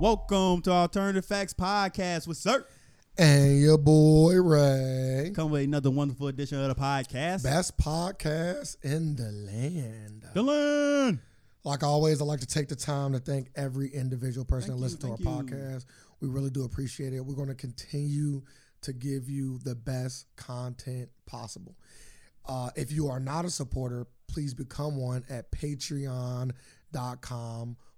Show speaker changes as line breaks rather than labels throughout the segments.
Welcome to Alternative Facts Podcast with Sir.
And your boy Ray.
Come with another wonderful edition of the podcast.
Best podcast in the land.
Dylan.
Like always, I like to take the time to thank every individual person
Thank
that listens
you,
to our
thank you.
podcast. We really do appreciate it. We're going to continue to give you the best content possible. Uh, if you are not a supporter, please become one at patreon.com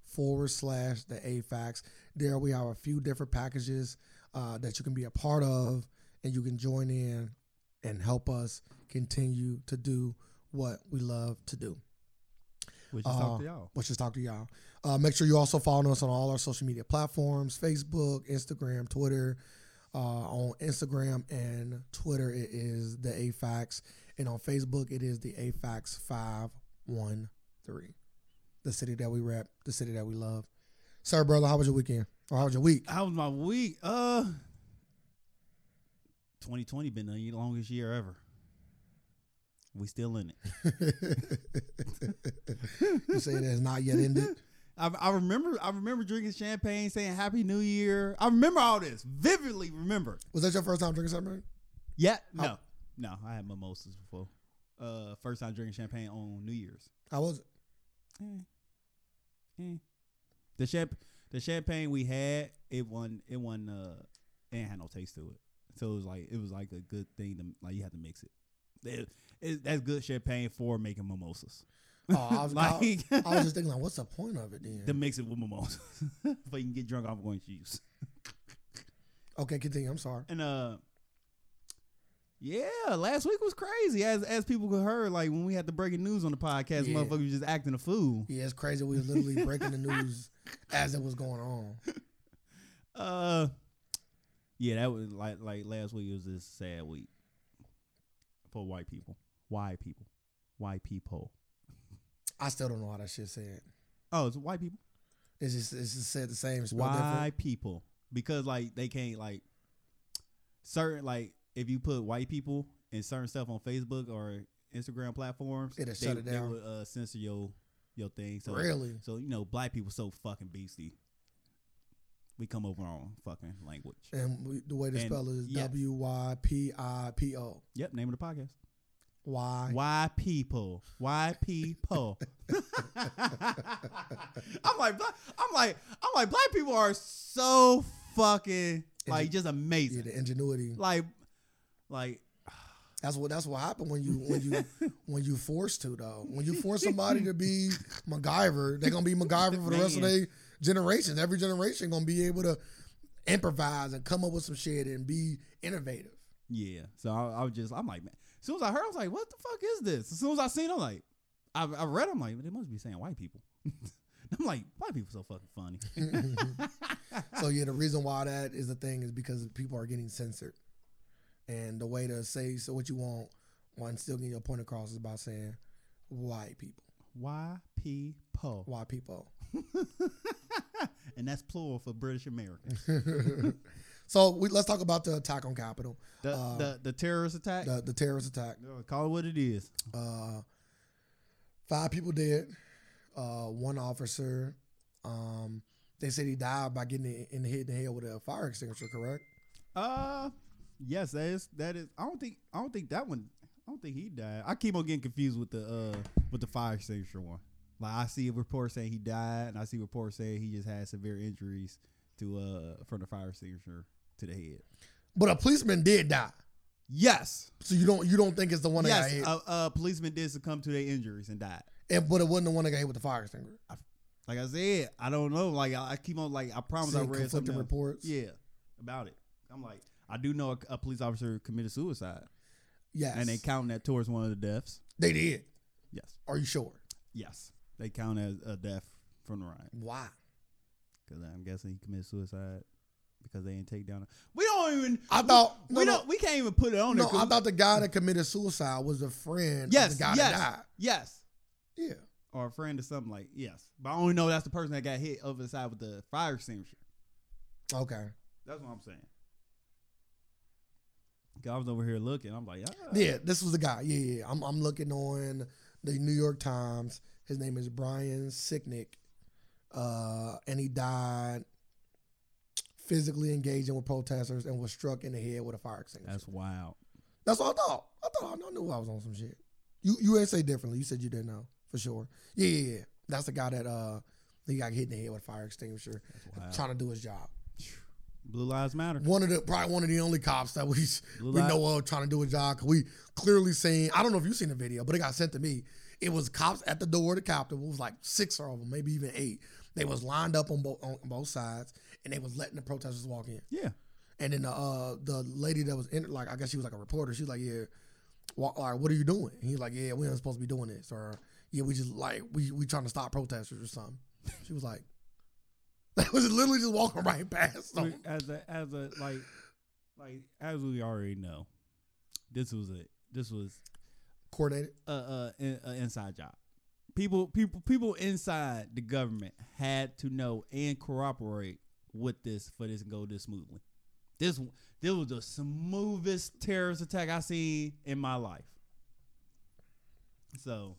forward slash the AFAX. There we have a few different packages uh, that you can be a part of and you can join in and help us continue to do what we love to do
We just
Uh,
talked to y'all.
which is talk to y'all. Uh, make sure you also follow us on all our social media platforms: Facebook, Instagram, Twitter. Uh, on Instagram and Twitter, it is the AFAX, and on Facebook, it is the AFAX five one three. The city that we rep, the city that we love. Sir, brother, how was your weekend? Or how was your week?
How was my week? Uh 2020 been the longest year ever. We still in it.
you say that it's not yet ended.
I, I remember I remember drinking champagne, saying happy new year. I remember all this. Vividly remember.
Was that your first time drinking something?
Yeah.
How-
No. No, I had mimosas before. Uh first time drinking champagne on New Year's.
How was it?
The champ, the champagne we had, it won, it won, uh, it ain't had no taste to it. So it was like, it was like a good thing to like. You had to mix it. It- it- that's good champagne for making mimosas.
Oh, I was, I,
like
I was just thinking, like, what's the point of it then?
to mix it with mimosas, but you can get drunk off of orange juice.
Okay, continue. I'm sorry.
And uh, yeah, last week was crazy. As as people could heard, like when we had the breaking news on the podcast,
Yeah.
motherfuckers was just acting a fool.
Yeah, it's crazy. We was literally breaking the news as it was going on.
Uh, yeah, that was like like last week was this sad week for white people, white people, white people.
I still don't know how that shit said.
Oh, it's white people,
It's just it's just said the same. Spelled
white people, because like they can't like certain like if you put white people in certain stuff on Facebook or Instagram platforms,
It'll
they,
shut it
They
down.
would uh, censor your your thing. So
different. Really?
so you know, black people so fucking beastie. We come over our own fucking language.
And we, the way to
And-
spell it is
yeah.
W Y P I P O.
Yep, name of the podcast.
Why?
Why people? Why people? I'm like, black- I'm like, I'm like, black people are so fucking like just
Yeah,
amazing.
the ingenuity.
Like, like,
That's what that's what happened when you when you when you forced to though. When you force somebody to be MacGyver, they're gonna be MacGyver for the rest of
Man.
their generations. Every generation gonna be able to improvise and come up with some shit and be innovative.
yeah. So I, I was just, I'm like, man. As soon as I heard, I was like, what the fuck is this? As soon as I seen, I'm like, I, I read, I'm like, they must be saying white people. I'm like, white people so fucking funny.
so yeah, the reason why that is the thing is because people are getting censored, and the way to say so what you want while still getting your point across is by saying white people,
Why people?
white people.
and that's plural for British Americans.
so we let's talk about the attack on Capitol,
The
Uh,
the, the terrorist attack.
the the terrorist attack.
Uh, Call it what it is.
Uh, five people dead, uh, one officer. Um, they said he died by getting hit in the head, in the head with a fire extinguisher. Correct?
Uh, yes, that is that is. I don't think I don't think that one. I don't think he died. I keep on getting confused with the uh with the fire extinguisher one. Like I see a report saying he died, and I see reports saying he just had severe injuries to uh from the fire extinguisher to the head.
But a policeman did die.
Yes,
So you don't you don't think it's the one that got
yes. uh,
hit?
A, a policeman did succumb to their injuries and died.
And but it wasn't the one that got hit with the fire extinguisher.
Like I said, I don't know. Like I, I keep on like I promise I
Seeing
read
conflicting
something. else.
reports.
Yeah, about it. I'm like I do know a, a police officer committed suicide,
Yes.
and they counting that towards one of the deaths.
they did.
Yes.
Are you sure?
Yes, they count as a death from the riot
Why?
because I'm guessing he committed suicide because they didn't take down. We don't even.
I thought
we,
no, no,
don't. We can't even put it on
no,
there. 'cause
I
we-
thought the guy that committed suicide was a friend
Yes,
of the guy
yes.
that died.
yes,
Yeah.
or a friend or something like yes, but I only know that's the person that got hit over the side with the fire extinguisher.
Okay.
That's what I'm saying. 'Cause I was over here looking. I'm like, ah.
Yeah, this was the guy. Yeah, yeah. I'm I'm looking on the New York Times. His name is Brian Sicknick. Uh and he died physically engaging with protesters and was struck in the head with a fire extinguisher.
That's wild.
That's what I thought. I thought I knew I was on some shit. You you ain't say differently. You said you didn't know for sure. Yeah, yeah, yeah. That's the guy that uh he got hit in the head with a fire extinguisher,
Wow.
trying to do his job.
Blue Lives Matter.
One of the probably one of the only cops that we
Blue
we
li-
know of trying to do his job. 'cause We clearly seen. I don't know if you seen the video, but it got sent to me. It was cops at the door of the Capitol. It was like six of them, maybe even eight. They was lined up on both on both sides, and they was letting the protesters walk in.
Yeah.
And then the uh, the lady that was in, like, I guess she was like a reporter. She was like, "Yeah, wha- like, what are you doing?" And he's like, "Yeah, we ain't supposed to be doing this." Or, "Yeah, we just like we we trying to stop protesters or something." She was like, "They was literally just walking right past
We-
them."
As a as a like like as we already know, this was a this was
Coordinated.
a, a, in- a inside job. People people people inside the government had to know and corroborate with this for this to go this smoothly. This this was the smoothest terrorist attack I seen in my life. So,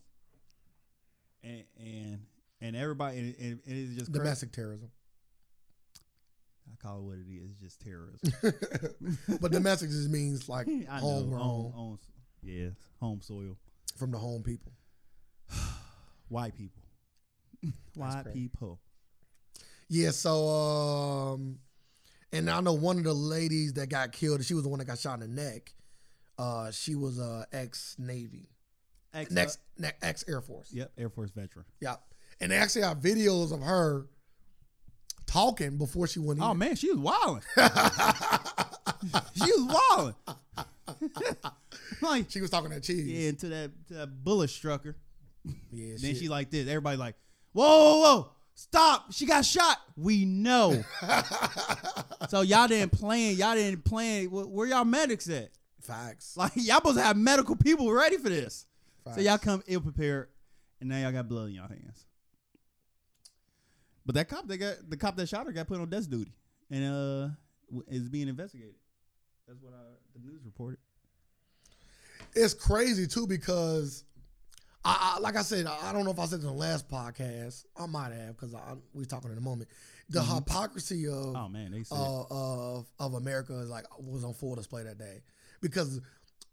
and and and everybody and, and, and it's just crazy.
Domestic terrorism.
I call it what it is. It's just terrorism.
but domestic just means like
I
homegrown
On, on, yeah, home soil.
from the home people.
White people. White
crazy.
people.
Yeah, so um and I know one of the ladies that got killed, she was the one that got shot in the neck. Uh she was uh ex Navy.
Ex-
Next ne- ex Air Force.
Yep, Air Force veteran.
Yeah. And they actually have videos of her talking before she went in.
Oh man, she was wilding. she was wilding. like
she was talking to cheese.
yeah, into that, to that bullet struck her.
yeah
Then
shit.
she like this. Everybody like, whoa, whoa, whoa, stop! She got shot. We know. so y'all didn't plan. Y'all didn't plan. Wh- Where y'all medics at?
facts.
Like y'all supposed to have medical people ready for this.
facts.
So y'all come ill prepared, and now y'all got blood in y'all hands. But that cop, they got the cop that shot her got put on death duty, and uh, w- is being investigated. That's what I, the news reported.
it's crazy too because I, I like I said, I I don't know if I said it in the last podcast. I might have because we talking in a moment. The
Mhm.
hypocrisy of
Oh man, they said
uh, of of America is like was on full display that day because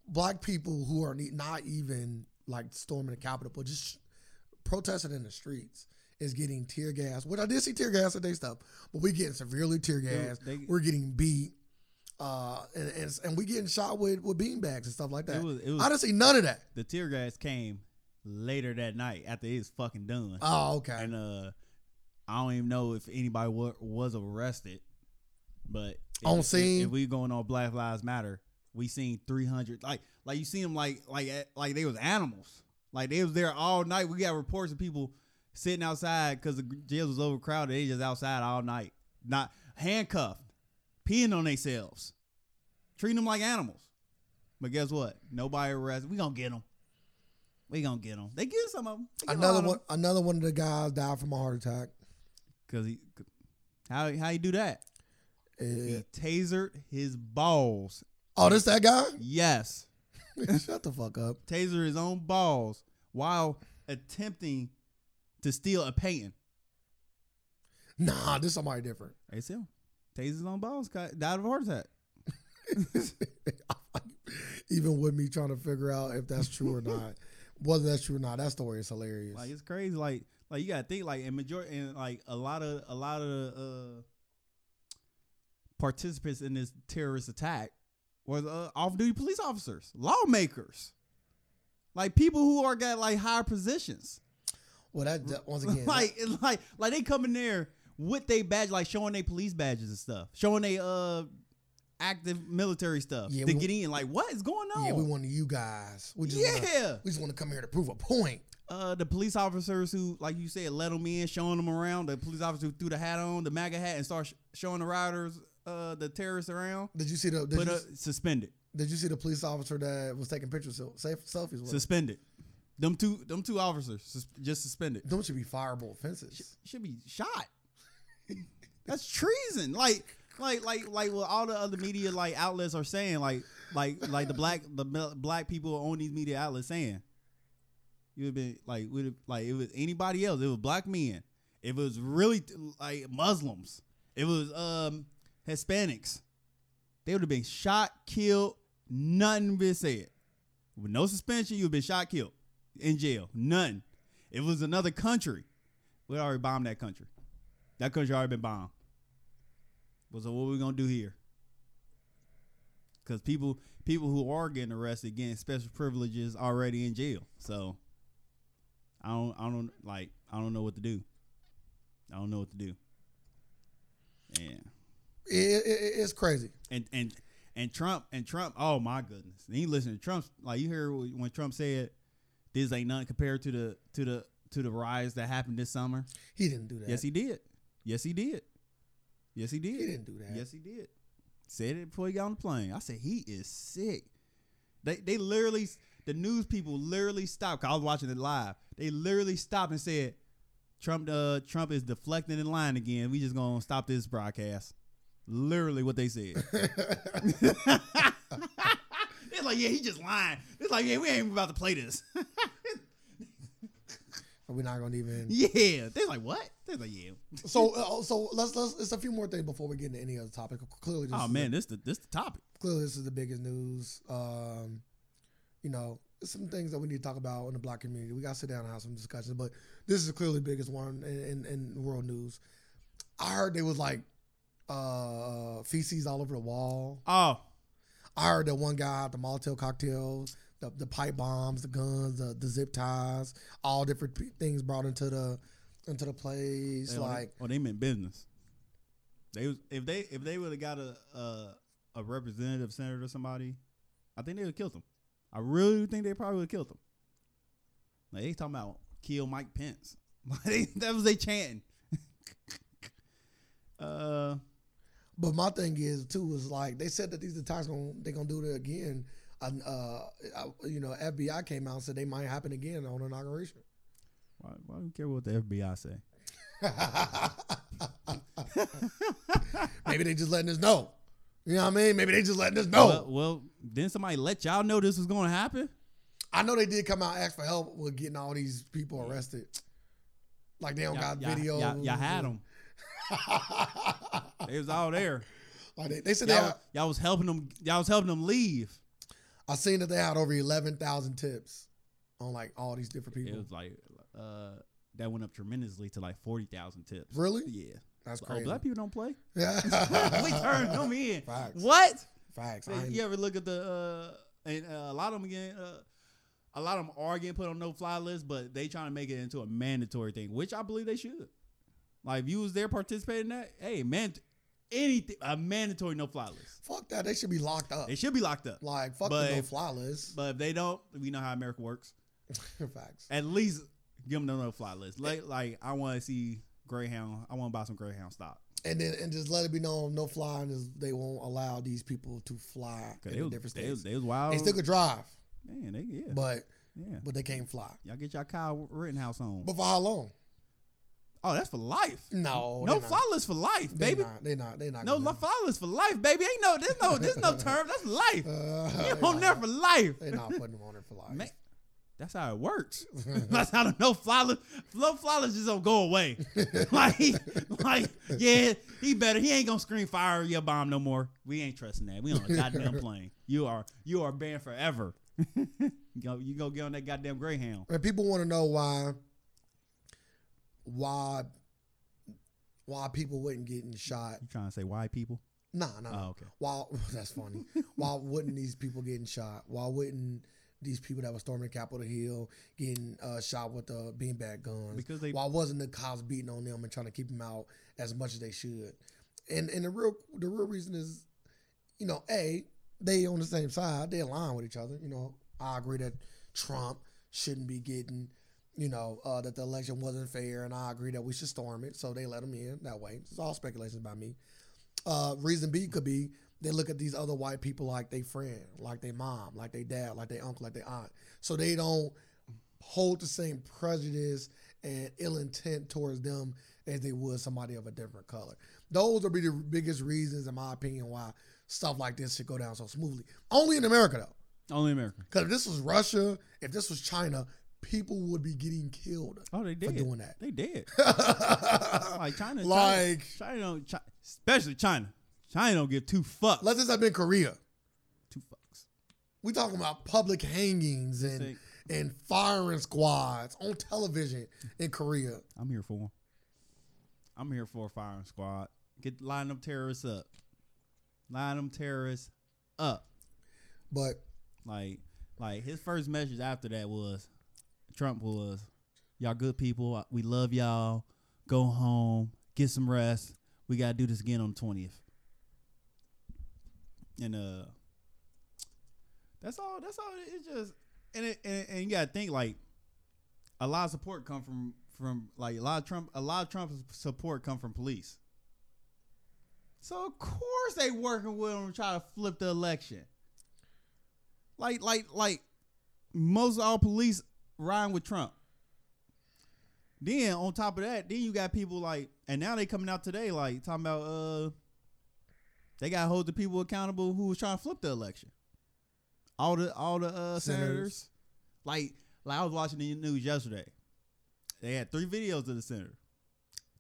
black people who are ne- not even like storming the Capitol, but just protesting in the streets is getting tear gas. Which I did see tear gas today stuff, but we getting severely tear
They-
gas.
they-
We're getting beat, uh, and and, it's- and we getting shot with with beanbags and stuff like that.
it was it was
I didn't see none of that.
the tear gas came later that night after it was fucking done,
Oh, okay.
and uh, I don't even know if anybody wa- was arrested, but if-
On
if-
scene?
If we going on Black Lives Matter, we seen three hundred like like you see them like like eh, like they was animals, like they was there all night. We got reports of people sitting outside because the gr- jails was overcrowded. They just outside all night, not handcuffed, peeing on themselves, treating them like animals. But guess what? Nobody arrested. We gonna get them. We gonna get them. They get some of them.
Another one. Another one of the guys died from a heart attack.
Cause he, how how you do that?
Eh,
He tasered his balls.
oh, this that guy?
Yes,
Shut the fuck up.
taser his own balls while attempting to steal a painting.
Nah, this somebody different.
It's him. Taser his own balls. got- Died of a heart attack.
Even with me trying to figure out if that's true or not, whether that's true or not, that story is hilarious.
Like it's crazy. Like like you gotta think like in majority and like a lot of a lot of uh participants in this terrorist attack was uh, off duty police officers, lawmakers, like people who are got like higher positions.
well, that, that- once again,
like, it's like, like they come in there with they badge, like showing they police badges and stuff, showing they uh active military stuff
Yeah,
to
we-
get in. Like, what is going
that-
on?
yeah, we wanted you guys. We just wanna,
oh. Yeah.
we just want to come here to prove a point.
uh, the police officers who, like you said, let them in, showing them around. The police officer who threw the hat on, the MAGA hat, and start sh- showing the rioters, uh, the terrorists around.
Did you see the? Did,
Put
you,
up, suspended,
did you see the police officer that was taking pictures, sel- self- selfies with? us?
suspended. Them two, them two officers sus- just suspended.
Don't you be fireable offenses?
should be shot. That's treason. Like like like like what all the other media like outlets are saying like like like the black the mel- black people on these media outlets saying you would been like would have like it was anybody else it was black men if it was really like Muslims if it was um Hispanics, they would have been shot, killed, nothing been said. With no suspension, you've been shot, killed, in jail, none. If it was another country, we already bombed that country. That country already been bombed. Well, so what we gonna do here? Because people people who are getting arrested getting special privileges already in jail. So I don't I don't like I don't know what to do. I don't know what to do. Yeah.
It, it, it's crazy.
And and and Trump and Trump, oh my goodness. And he listened to Trump's like you hear when Trump said this ain't nothing compared to the to the to the riots that happened this summer.
He didn't do that.
Yes, he did. Yes, he did. Yes, he did.
He didn't do that.
Yes, he did. Said it before he got on the plane. I said he is sick. They they literally the news people literally stopped. 'cause I was watching it live. They literally stopped and said, "Trump uh, Trump is deflecting in line again. We just gonna stop this broadcast." Literally what they said. it's like yeah, he just lying. It's like yeah, we ain't about to play this.
We're not gonna even.
yeah, they're like what? They're like yeah.
So uh, so let's let's. It's a few more things before we get into any other topic. Clearly, this
Oh
is
man, this the this the topic.
clearly this is the biggest news. Um, you know, some things that we need to talk about in the black community. We got to sit down and have some discussions, but this is clearly the biggest one in, in, in world news. I heard they was like uh, feces all over the wall.
Oh
I heard that one guy the Molotov cocktails, the, the pipe bombs, the guns, the, the zip ties, all different p- things brought into the into the place.
Hell, they-
like
oh, they meant business. They was if they if they would have got a, a a representative senator or somebody, I think they would have killed them. I really do think they probably would have killed them. Like they talking about kill Mike Pence. Like, they- that was they chanting. uh,
But my thing is too is like they said that these attacks gonna they gonna do it again. And, uh, I- you know, FBI came out and said they might happen again on inauguration.
why, why do you care what the FBI say?
Maybe they just letting us know. You know what I mean? Maybe they just letting us know.
Well, well, then somebody let y'all know this was going to happen.
I know they did come out and ask for help with getting all these people arrested. Like they don't
Y'all,
got
y'all-
videos.
y'all- y'all had them. They was all there.
like they, they said they
Y'all,
had,
y'all was helping them. Y'all was helping them leave.
I seen that they had over eleven thousand tips on like all these different people.
It was like uh, that went up tremendously to like forty thousand tips.
Really?
Yeah.
That's
Oh,
crazy.
black people don't play.
Yeah.
we turned them in.
Facts.
What?
Facts.
Say,
I ain't-
you ever look at the uh, and uh, a lot of them getting uh, a lot of them are getting put on no fly list, but they trying to make it into a mandatory thing, which I believe they should. Like if you was there participating in that, hey man, anything a mandatory no fly list.
Fuck that. They should be locked up.
They should be locked up.
Like fuck
But
the no
if-
fly list.
But if they don't, we know how America works.
Facts.
at least give them the no fly list. Like, like I want to see Greyhound. I want to buy some Greyhound stock.
And then and just let it be known no flying is they won't allow these people to fly
Cause
in
they
the
was,
different
they, was,
states.
they was wild.
They still could drive,
Man, they yeah,
but
yeah.
but they can't fly.
Y'all get y'all Kyle Rittenhouse on.
But for how long?
Oh, that's for life.
No,
no
they
fly list for life,
They
baby.
not. They not. They not.
No
gonna-
no fly list for life, baby. Ain't no there's no there's no term. That's life.
Uh,
You
they
on
not-
there for life.
They not putting them on there for life.
Man, that's how it works. that's how the no fly list, no fly list just don't go away. like, like, yeah, he better. He ain't gonna scream fire your bomb no more. We ain't trusting that. We on a goddamn plane. You are, you are banned forever. you, go, you go get on that goddamn Greyhound.
And people want to know why, why, why people wouldn't getting shot.
You trying to say why people?
Nah, nah. nah.
Oh, okay.
Why? That's funny. why wouldn't these people getting shot? Why wouldn't these people that were storming Capitol Hill getting uh, shot with the beanbag guns?
Because they-
Why wasn't the cops beating on them and trying to keep them out as much as they should? And and the real the real reason is, you know, a they on the same side. They align with each other. You know, I agree that Trump shouldn't be getting. You know uh, that the election wasn't fair, and I agree that we should storm it. So they let them in that way. It's all speculation by me. Uh, reason B could be they look at these other white people like they friend, like they mom, like they dad, like they uncle, like they aunt. So they don't hold the same prejudice and ill intent towards them as they would somebody of a different color. Those would be the biggest reasons, in my opinion, why stuff like this should go down so smoothly. Only in America, though.
Only America.
Because if this was Russia, if this was China, people would be getting killed
Oh, they
for
did.
doing that.
They did. Like China, China-
Like-
China, China, especially China. China don't give two fucks.
Let this have been Korea.
two fucks.
We talking about public hangings
This
and
ain't-
and firing squads on television in Korea.
I'm here for 'em. I'm here for a firing squad. Get line them terrorists up. Line them terrorists up.
But
Like, like his first message after that was, Trump was, "Y'all good people. We love y'all. Go home, get some rest. We gotta do this again on the twentieth. And uh, that's all. That's all. It's just and it, and, and you gotta think like a lot of support come from from like a lot of Trump a lot of Trump support come from police. So of course they working with him to try to flip the election. Like like like most of all police riding with Trump. Then on top of that, then you got people like and now they coming out today like talking about uh they gotta hold the people accountable who was trying to flip the election. All the all the uh
Senators.
senators like like I was watching the news yesterday. They had three videos of the senator.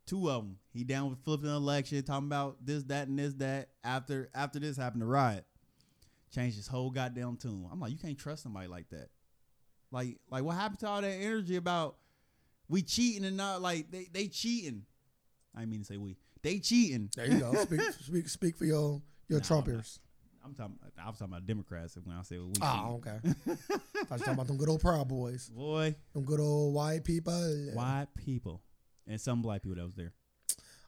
Two of them, he down with flipping an election, talking about this, that, and this, that. After after this happened, to riot changed his whole goddamn tune. I'm like, you can't trust somebody like that. Like like what happened to all that energy about we cheating and not like they they cheating. I didn't mean to say we. They cheating.
there you go. speak, speak speak for your your
Nah,
Trumpers.
I'm talking. I was talking about Democrats when I said we.
Oh, okay. I was talking about them good old Proud Boys,
cheating. Boy,
them good old white people.
white people and some black people that was there.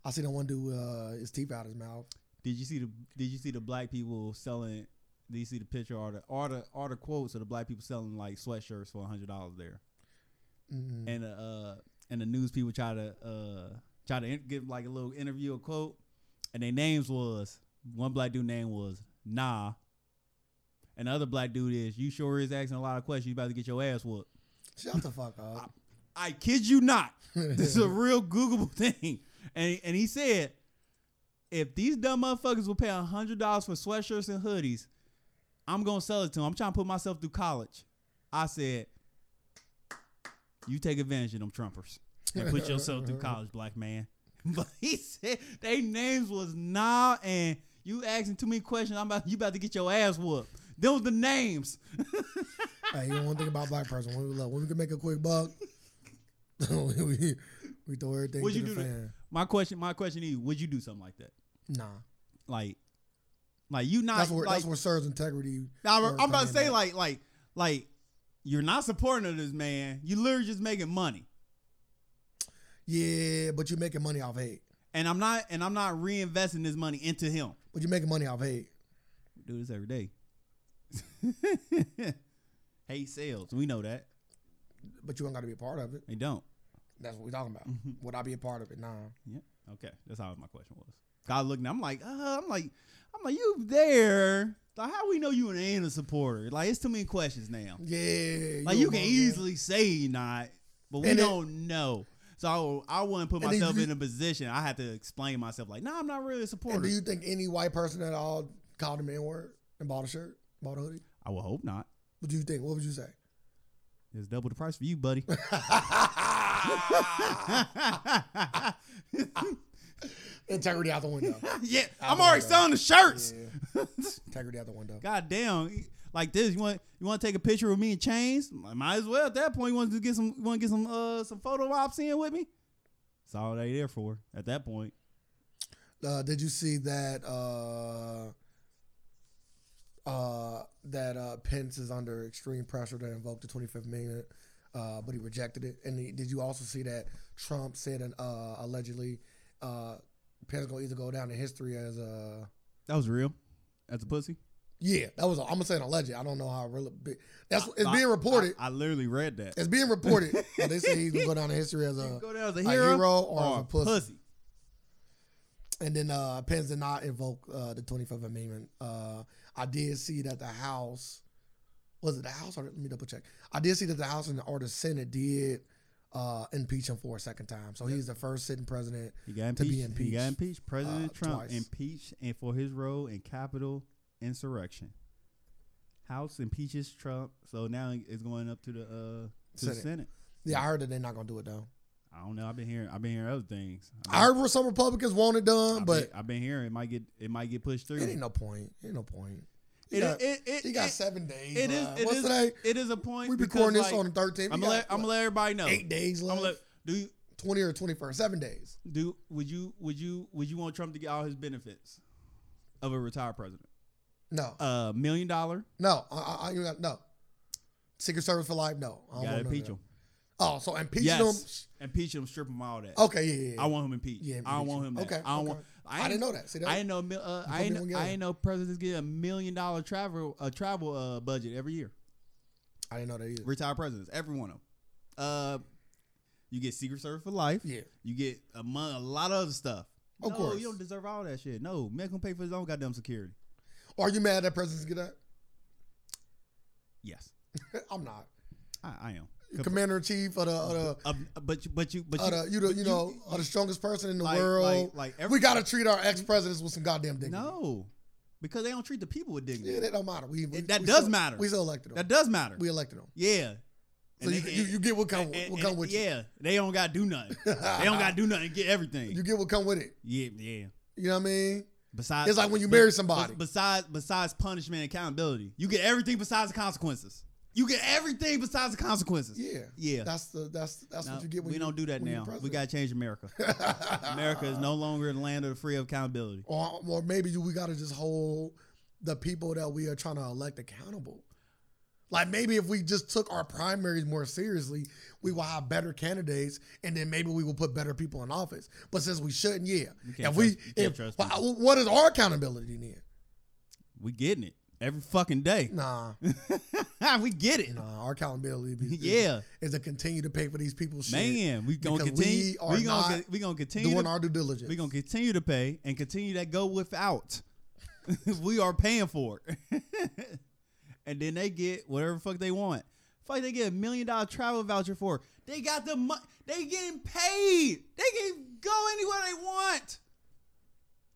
I see that one dude uh, his teeth out his mouth.
Did you see the Did you see the black people selling? Did you see the picture or the or the, or the quotes of the black people selling like sweatshirts for hundred dollars there?
Mm-mm.
And uh and the news people try to uh try to in- give like a little interview or quote, and their names was one black dude name was Nah, and the other black dude is you sure is asking a lot of questions. You about to get your ass whooped.
Shut the fuck up.
I kid you not. This is a real Googleable thing. And and he said, if these dumb motherfuckers will pay hundred dollars for sweatshirts and hoodies, I'm gonna sell it to them. I'm trying to put myself through college. I said, you take advantage of them Trumpers and put yourself through college, black man. But he said they names was nah and you asking too many questions. I'm about you about to get your ass whooped. Them was the names.
hey, you don't want to think about black person. When we, look, when we can make a quick buck, we, we throw everything
Would
to
you
the
do that?
fan.
My question, my question is, would you do something like that?
Nah,
Like, like you not
that's where
like,
that's where Sir's integrity.
Now,
Or
I'm I'm about to say
coming back.
like like like you're not supporting of this man. You literally just making money.
Yeah, but you're making money off hate.
And I'm not and I'm not reinvesting this money into him.
But you're making money off hate.
We do this every day. Hate sales. We know that.
But you ain't got to be a part of it.
They don't.
That's what we're talking about.
Mhm.
Would I be a part of it? Nah.
Okay. That's how my question was. God looking, I'm like, uh, I'm like, I'm like, you there. Like, how we know you ain't a supporter? Like, it's too many questions now.
Yeah.
Like you
a
can
monster.
easily say you not, but we
And it-
don't know. So I, I wouldn't put
And then
myself
you-
in a position. I had to explain myself. Like, no, I'm not really a
And
supporter.
do you think any white person at all called him N word and bought a shirt, bought a hoodie?
I would hope not.
What do you think? What would you say?
It's double the price for you, buddy.
Integrity out the window.
yeah,
I
I'm
would
already
hope.
selling the shirts.
Yeah. Integrity out the window.
God damn, like this. You want you want to take a picture with me in chains? Might as well at that point. You want to get some you want to get some uh some photo ops in with me? That's all they there for at that point.
Uh, did you see that? Uh, uh, that uh, Pence is under extreme pressure to invoke the 25th Amendment, uh, but he rejected it. And he, did you also see that Trump said, an, uh, allegedly, uh, Pence gonna either go down in history as a
That was real. That's a pussy.
yeah, that was i am I'm gonna say an alleged. I don't know how really. Big, that's it's
I-
being reported.
I, I literally read that.
it's uh, being reported. that they say he's gonna go down in history as
You
a,
go down as
a
a hero,
hero
or
or, as
a
a pussy.
pussy.
And then uh, Pence did not invoke uh, the 25th Amendment. Uh, I did see that the House, was it the House? Or, let me double check. I did see that the House and the, or the Senate did uh, impeach him for a second time. So he's the first sitting president.
He got
To
impeached.
be
He got
impeached,
impeached. President
uh,
Trump
twice.
impeached and for his role in Capitol insurrection. House impeaches Trump, so now it's going up to the uh, to the
Senate.
Senate.
Yeah, I heard that they're not going to do it, though.
I don't know. I've been hearing. I've been hearing other things. I
I heard where some Republicans want it done,
I've
but
been, I've been hearing it might get it might get pushed through.
it ain't no point. Ain't no point. You
It-
got,
it- it-
you got
it-
seven days.
it is.
left.
It
What's
is.
today?
It is a point.
We
because,
recording this
like,
on the thirteenth.
I'm gonna let I'm gonna let everybody know.
eight days
I'm
left.
gonna let do you
Twenty or twenty first. Seven days.
do would you would you would you want Trump to get all his benefits of a retired president?
No,
A million dollar.
no, I, I, I, you got- no. Secret Service for life. No, I don't
Gotta
want none of
impeach
that.
him.
Oh, so impeach
Yes. Impeach him. Strip him all that.
them. Okay, yeah, yeah. yeah.
I want him impeached.
Yeah,
I don't
impeach
want
him.
him. That.
Okay,
I don't
okay.
want.
I, didn't know that. See that?
I didn't know. mil- Uh,
You
I
told
ain't.
me one
know-
guy.
I ain't know presidents get a million dollar travel a travel uh, budget every year.
I didn't know that either.
Retired presidents, every one of them. Uh, you get Secret Service for life.
Yeah.
You get a mon- a lot of other stuff.
Of
no,
course.
you don't deserve all that shit. No, man can pay for his own goddamn security.
Are you mad that presidents get that?
Yes,
I'm not.
I, I am.
Commander in chief of the, of the,
Uh, but you, but you, but
of
you,
the uh, you, the, you
you-
know, are the strongest person in the
like,
world.
like, like
we
every-
gotta treat our ex presidents with some goddamn dignity.
no, because they don't treat the people with dignity.
yeah, that don't matter. We, we
It- that
we
does
still,
matter.
We still elected them.
that does matter.
we elected them.
yeah.
So
And
you,
they-
you, you get what come
and- and-
what come with you.
Yeah, they don't got to do nothing. they don't got to do nothing. to Get everything.
You get what come with it.
yeah, yeah.
You know what I mean?
Besides,
It's like when you
be-
marry somebody.
bes- Besides, besides punishment and accountability, you get everything besides the consequences. You get everything besides the consequences.
Yeah.
Yeah.
That's the that's that's
No,
what you get when
we
you,
don't do that
when you're
now. We
president.
got to change America. America is no longer the land of the free of accountability.
or, or maybe you, we got to just hold the people that we are trying to elect accountable. Like maybe if we just took our primaries more seriously, we will have better candidates, and then maybe we will put better people in office. But since we shouldn't, yeah,
can't
if we
trust- you can't
if
trust
wha- what is our accountability then?
We getting it every fucking day.
Nah,
we get it.
nah, our accountability is,
Yeah,
is to continue to pay for these people's shit,
man. We gonna
Because
continue.
we are
We gonna
not
co- we gonna continue.
doing
to-
our due diligence.
We're gonna continue to pay and continue to go without. we are paying for it. and then they get whatever the fuck they want. Fuck they get a million dollar travel voucher for. it. They got the money they getting paid. They can go anywhere they want.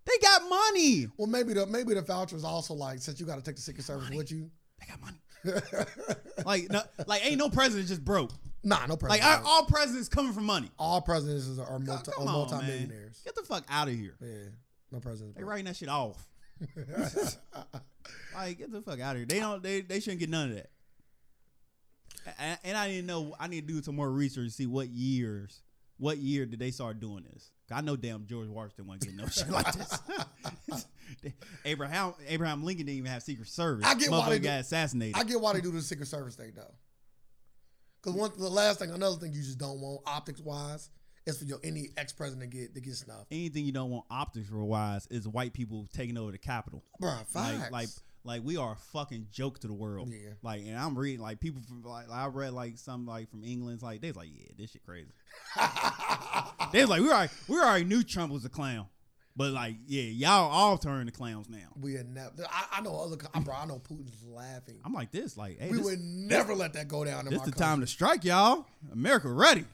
They got money.
well, maybe the maybe the voucher is also like since you got to take the Secret Service with you.
They got money. like no, like ain't no president just broke.
Nah, no
Like
president.
our, all presidents coming from money.
all presidents are multi,
Come
are
on, man.
multimillionaires.
Get the fuck out of here.
Yeah, no presidents.
They
bro.
writing that shit off. Like, get the fuck out of here. They don't. They, they shouldn't get none of that. A- And, I didn't know. I need to do some more research to see what years. What year did they start doing this? 'Cause I know damn George Washington wasn't getting no shit like this. Abraham Abraham Lincoln didn't even have Secret Service.
I get why they
Motherfucker
do-
got assassinated.
I get why they do the Secret Service thing though, because one the last thing, another thing you just don't want optics wise is for your any ex president to get to get snuffed,
Anything you don't want optics for wise is white people taking over the Capitol.
bro. Facts.
Like like like we are a fucking joke to the world.
Yeah.
Like and I'm reading like people from like I read like some like from England's like they was like yeah this shit crazy. They was like, we already, we already knew Trump was a clown. But like, yeah, y'all all turn to clowns now.
we are never. I, I know other. co- Bro, I know Putin's laughing.
I'm like this, like, hey,
we
this,
would never let that go down. In
this
my
the
country.
time to strike, y'all. America ready.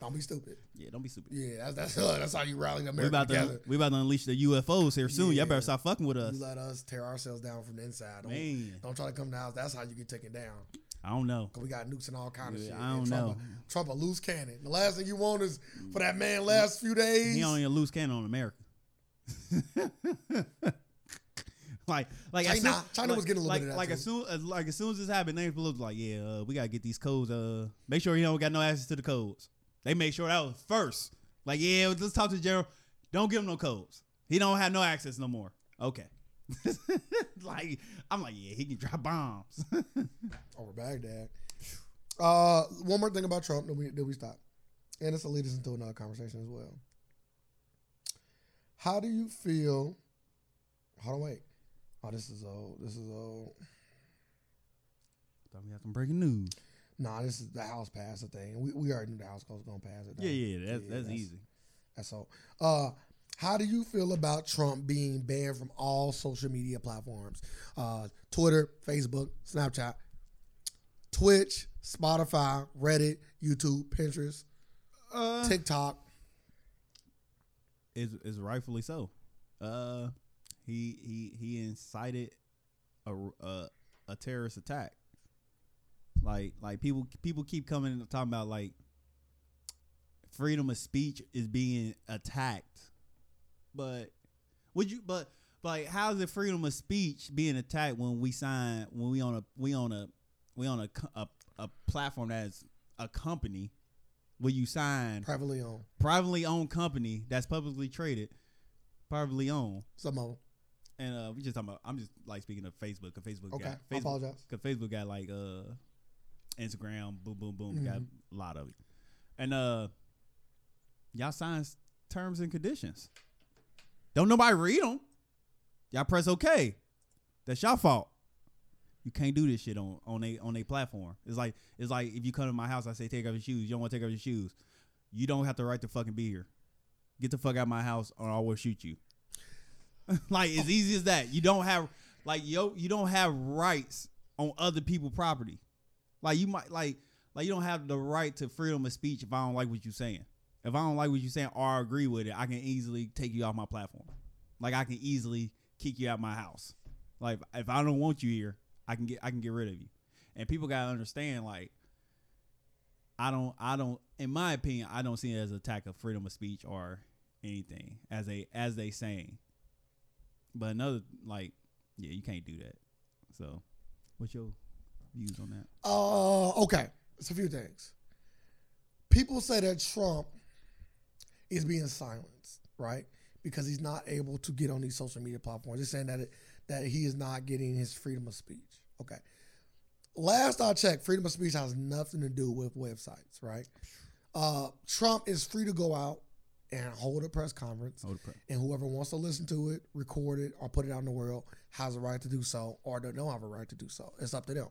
Don't be stupid.
Yeah, don't be stupid.
Yeah, that's that's, that's how you rally America
We about
together.
to we about to unleash the UFOs here soon.
Yeah.
Y'all better stop fucking with us.
You let us tear ourselves down from the inside. Don't,
Man.
don't try to come to the house. That's how you get taken down.
I don't know.
Cause we got nukes and all kind of
Yeah,
shit.
I
And
don't
Trump
know.
A, Trump a loose cannon. The last thing you want is for that man last few days.
He don't even lose cannon on America. like, like as
China-
soon-
China was getting a little
like,
bit of that
Like
too.
as soon, as, like as soon as this happened, they was like, "Yeah, uh, we gotta get these codes. Uh, make sure he don't got no access to the codes." They made sure that was first. Like, yeah, let's talk to Gerald. Don't give him no codes. He don't have no access no more. Okay. like, I'm like, yeah, he can drop bombs.
over Baghdad. Uh, one more thing about Trump. Then we then we stop, and this will lead us into another conversation as well. How do you feel? Hold on, wait. Oh, this is old. This is old.
Thought we had some breaking news.
Nah, this is the House passed the thing. We, we already knew the House was gonna pass it. though.
Yeah, yeah, that's that's easy.
That's all. Uh, how do you feel about Trump being banned from all social media platforms? Uh, Twitter, Facebook, Snapchat, Twitch, Spotify, Reddit, YouTube, Pinterest,
Uh,
TikTok.
is is rightfully so. Uh, he he he incited a a, a terrorist attack. Like like people people keep coming and talking about like freedom of speech is being attacked. But would you? But but like, how's the freedom of speech being attacked when we sign when we on a we on a we on a co- a, a platform that's a company where you sign
privately owned.
privately owned company that's publicly traded, privately owned,
Some of them.
and uh, we just talking about. I'm just like speaking of Facebook. 'cause Facebook
Okay,
got
I
Facebook
apologize.
because Facebook got like uh Instagram, boom, boom, boom, got
Mhm.
a lot of it, and uh, y'all sign s- terms and conditions. Don't nobody read them. Y'all press okay. That's y'all fault. You can't do this shit on on a on a platform. It's like it's like if you come to my house, I say take off your shoes. You don't want to take off your shoes. You don't have the right to fucking be here. Get the fuck out of my house, or I will shoot you. like as easy as that. You don't have like yo, you don't have rights on other people' property. Like you might like like you don't have the right to freedom of speech if I don't like what you're saying. If I don't like what you're saying or I agree with it, I can easily take you off my platform. Like I can easily kick you out my house. Like if I don't want you here, I can get I can get rid of you. And people gotta understand like I don't I don't in my opinion I don't see it as an attack of freedom of speech or anything as a as they saying. But another like yeah you can't do that. So what's your views on that?
Uh, okay, it's a few things. People say that Trump is being silenced, right? Because he's not able to get on these social media platforms. They're saying that it, that he is not getting his freedom of speech. Okay. Last I checked, freedom of speech has nothing to do with websites, right? Uh, Trump is free to go out and hold a press conference
Hold the press.
and whoever wants to listen to it, record it, or put it out in the world has a right to do so, or they don't have a right to do so. It's up to them.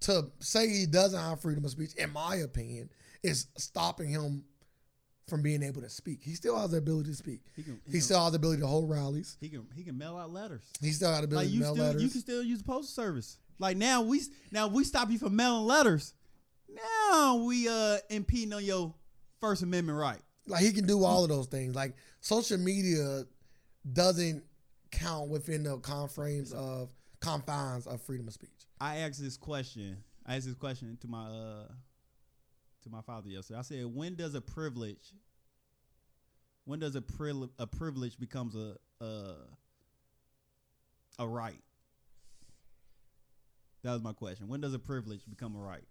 To say he doesn't have freedom of speech, in my opinion, is stopping him from being able to speak. He still has the ability to speak.
He can, he,
He
can,
still has the ability to hold rallies.
he can he can mail out letters.
He still has the ability
Like you
to mail
still you can
letters.
still use the postal service. Like now we s- now we stop you from mailing letters. Now we uh impeding on your First Amendment right.
Like he can do all of those things. Like social media doesn't count within the confines of confines of freedom of speech.
I asked this question. I asked this question to my uh to my father yesterday. I said, when does a privilege when does a privilege a privilege becomes a a a right? That was my question. When does a privilege become a right?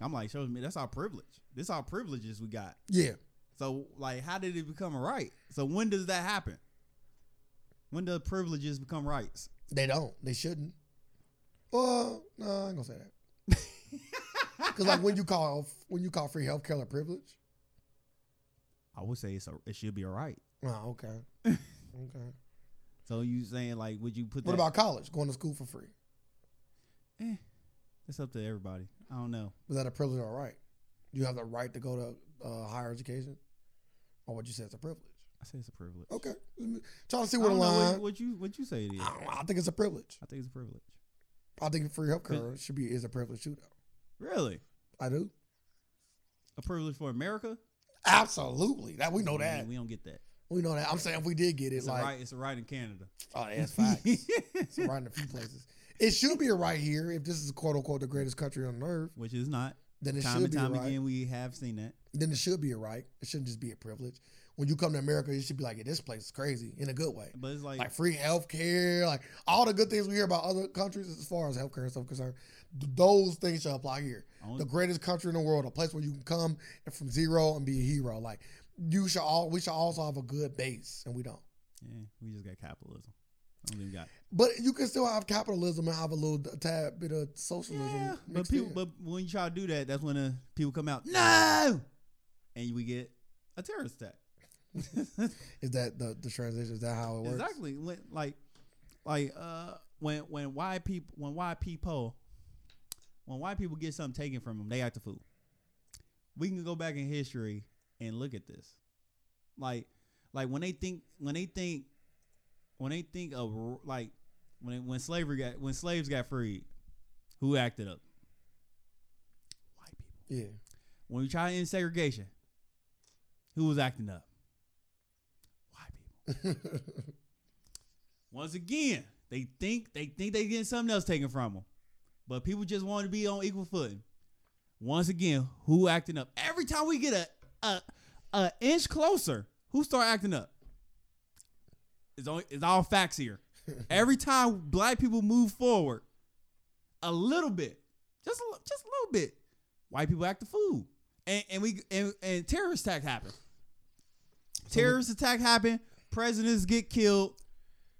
I'm like, shows me that's our privilege. This our privileges we got.
Yeah.
So like how did it become a right? So when does that happen? When do privileges become rights?
They don't. They shouldn't. Well, no, I ain't gonna say that. Cause like when you call when you call free healthcare a privilege.
I would say it's a, it should be a right.
Oh, okay. Okay.
So you saying like, would you put
What
that?
about college? Going to school for free.
Eh, it's up to everybody. I don't know.
Was that a privilege or a right? Do you have the right to go to uh, higher education? Or what you say is a privilege?
I say it's a privilege.
Okay. Trying to see
I
where the
don't know what,
line.
what you what you say it is.
I, don't- I think it's a privilege.
I think it's a privilege.
I think free healthcare should be is a privilege too. Though
Really,
I do.
a privilege for America?
Absolutely. That we know
I mean,
that.
we don't get that.
We know that. I'm saying if we did get it,
It's
like
a right. It's a right in Canada.
oh, that's facts. It's right in a few places. It should be a right here. If this is quote unquote the greatest country on earth,
Which is not.
then it
time
should
and
be a
time
right.
again, we have seen that.
Then it should be a right. It shouldn't just be a privilege. When you come to America, you should be like, yeah, this place is crazy in a good way.
But it's like,
Like free healthcare, like all the good things we hear about other countries as far as healthcare and stuff concerned, th- those things should apply here.
only-
The greatest country in the world, a place where you can come and from zero and be a hero. Like you should all, we should also have a good base, and we don't.
yeah, we just got capitalism. I don't even got.
But you can still have capitalism and have a little tad bit of socialism.
Yeah, but
mixed
people,
in.
but when you try to do that, that's when the people come out. No, and we get a terrorist attack.
Is that the, the transition? Is that how it works?
Exactly. When, like, like uh, when when white people when white people when white people get something taken from them, they act a fool. We can go back in history and look at this. Like, like when they think when they think when they think of r- like when it, when slavery got when slaves got freed, who acted up? White people.
Yeah.
When we try to end segregation, who was acting up? White people. Once again, they think they think they getting something else taken from them, but people just want to be on equal footing. Once again, who acting up? Every time we get a a an inch closer, who start acting up? It's only it's all facts here. Every time black people move forward, a little bit, just a, li- just a little bit, white people act the fool, and and we and, and terrorist attack happen. Terrorist attack happen. Presidents get killed,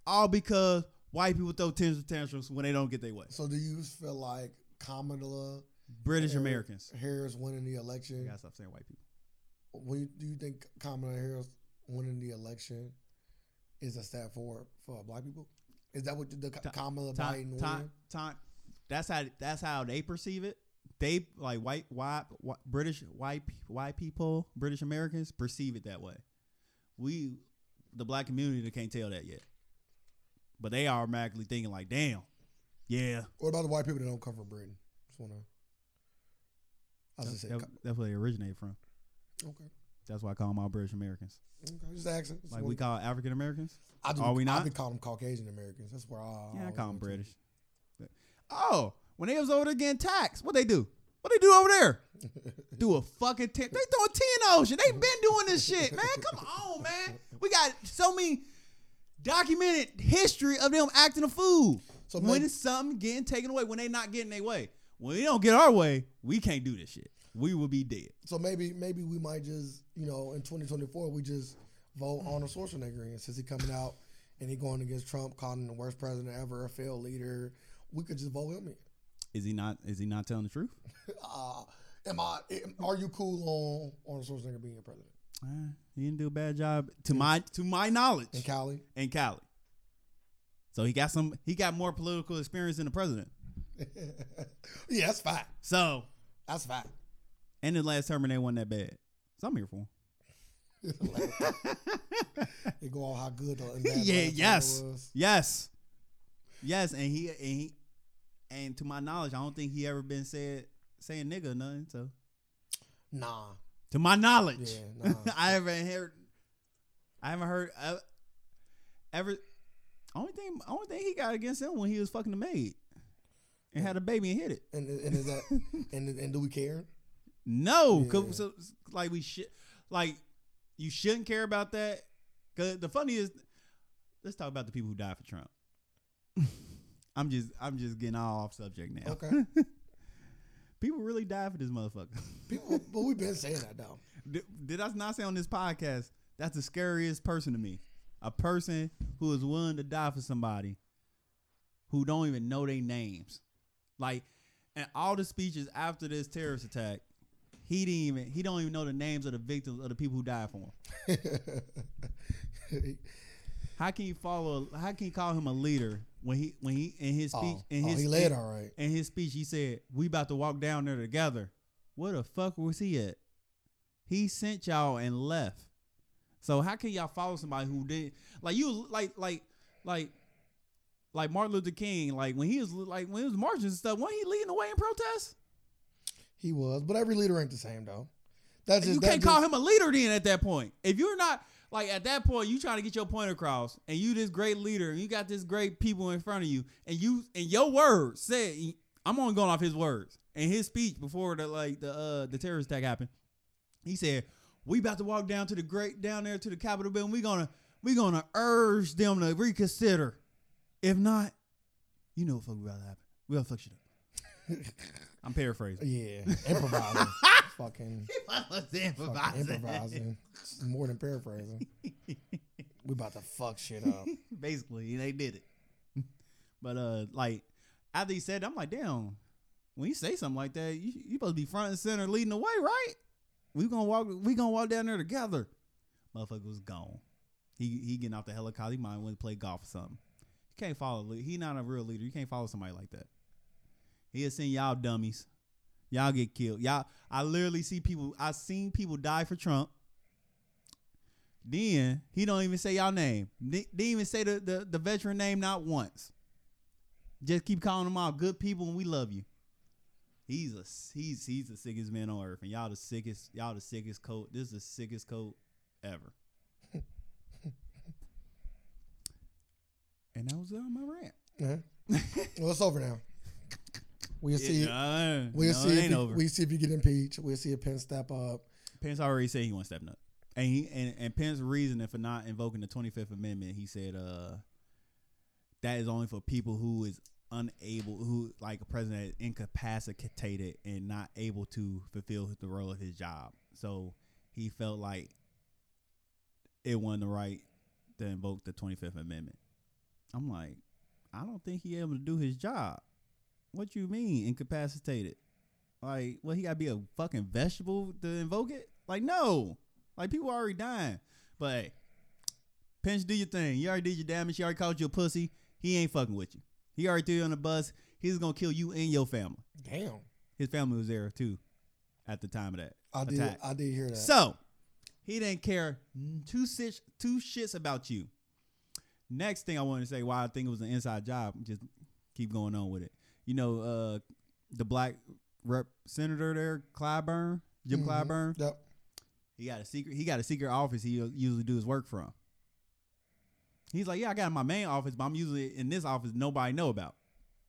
all because white people throw tantrum tantrums when they don't get their way.
So do you feel like Kamala
British
Eric-
Americans.
Harris winning the
I
election?
gotta stop saying white people.
When you- do you think Kamala Harris winning the election is a step forward for black people? Is that what the
Ti-
Kamala
time,
Biden
time,
winning?
time. That's how that's how they perceive it. They like white, white, white British white pe- white people, British Americans perceive it that way. We, the black community, that can't tell that yet, but they are automatically thinking like, "Damn, yeah,
What about the white people that don't come from Britain? Just wanna. I was
that's,
just saying.
that- that's where they originate from."
Okay.
That's why I call them all British Americans.
Okay. Just accent.
Like we call African Americans.
I do,
are we
I
not?
be call them Caucasian Americans. That's where Oh, I.
Yeah, I
always
call them
went to.
British. But- Oh, when they was over there getting taxed, what they do? What they do over there? do a fucking ten. They throw a ten ocean. They been doing this shit, man. Come on, man. We got so many documented history of them acting a fool.
So
when
maybe-
is something getting taken away? When they not getting their way? When we don't get our way, we can't do this shit. We will be dead.
So maybe maybe we might just you know in 2024 we just vote Arnold Schwarzenegger in since he coming out and he going against Trump, calling him the worst president ever, a failed leader. We could just vote him in.
Is he not? Is he not telling the truth?
Uh, am I? am- are you cool on Arnold Schwarzenegger being president
Uh, he didn't do a bad job to my to my knowledge.
in Cali?
and Cali. So he got some he got more political experience than the president.
yeah, that's fact.
So
That's fact.
and his last term and they wasn't that bad. So I'm here for him.
It go all how good. and bad
yeah,
last time
yes.
was.
Yes. Yes, and he and he and to my knowledge, I don't think he ever been said saying nigga or nothing. So
Nah.
to my knowledge.
Yeah, nah.
I haven't heard I haven't heard uh, ever only thing only thing he got against him when he was fucking the maid and had a baby and hit it.
And, and is that and and do we care?
No, 'cause-
Yeah.
so, like we should, like you shouldn't care about that. Cause the funny is, let's talk about the people who died for Trump. I'm just, I'm just getting all off subject now.
Okay.
People really died for this motherfucker.
People, but we've been saying that though.
did, did I not say on this podcast that's the scariest person to me? A person who is willing to die for somebody who don't even know their names. Like, and all the speeches after this terrorist attack, he didn't even he don't even know the names of the victims of the people who died for him. How can you follow? How can you call him a leader when he when he in his speech
oh,
in
oh,
his
he led all right.
in his speech, he said, "We about to walk down there together." Where the fuck was he at? He sent y'all and left. So how can y'all follow somebody who didn't like you? Like like like like Martin Luther King. Like when he was like when he was marching and stuff. When he leading the way in protest,
He was, but every leader ain't the same though. That's just,
you
that
can't call
just-
him a leader then. At that point, if you're not like at that point, you trying to get your point across, and you this great leader, and you got this great people in front of you, and you and your words said, I'm only going off his words and his speech before the like the uh the terrorist attack happened. He said, "We about to walk down to the great down there to the Capitol building. We gonna we gonna urge them to reconsider. If not, you know what fuck about to happen. We gonna fuck shit up." I'm paraphrasing.
Yeah, improvising, fucking, fucking improvising. It's more than paraphrasing. we about to fuck shit up.
basically they did it but uh like after he said it, i'm like damn when you say something like that you, you supposed to be front and center leading the way right we gonna walk we gonna walk down there together motherfucker was gone he he getting off the helicopter he might went to play golf or something you can't follow a lea- he not a real leader you can't follow somebody like that he'll send y'all dummies y'all get killed y'all i literally see people i seen people die for trump then he don't even say y'all name. They they even say the, the, the veteran name not once. Just keep calling them out good people and we love you. He's a he's he's the sickest man on earth, and y'all the sickest y'all the sickest coat. This is the sickest coat ever. and that was uh, my rant.
Yeah. Uh-huh. Well, it's over now. We'll see.
no,
We'll
no,
see.
it
If
ain't
you,
over.
We'll see if you get impeached. We'll see if Penn step up.
Pence already said he wasn't stepping up. And he and, and Pence's reasoning for not invoking the Twenty Fifth Amendment, he said, uh, that is only for people who is unable, who like a president is incapacitated and not able to fulfill the role of his job. So he felt like it wasn't the right to invoke the Twenty Fifth Amendment. I'm like, I don't think he able to do his job. What you mean incapacitated? Like, well, he gotta be a fucking vegetable to invoke it? Like, no. Like people already dying. But hey, Pinch, do your thing. You already did your damage. He already called you a pussy. He ain't fucking with you. He already threw you on the bus. He's gonna kill you and your family.
Damn.
His family was there too at the time of that.
I did.
Attack.
I did hear that.
So he didn't care two shits, two shits about you. Next thing I wanted to say, why I think it was an inside job, just keep going on with it. You know, uh, the black rep senator there, Clyburn, Jim
Mhm.
Clyburn.
Yep.
He got a secret. He got a secret office. He usually do his work from. He's like, yeah, I got my main office, but I'm usually in this office nobody know about.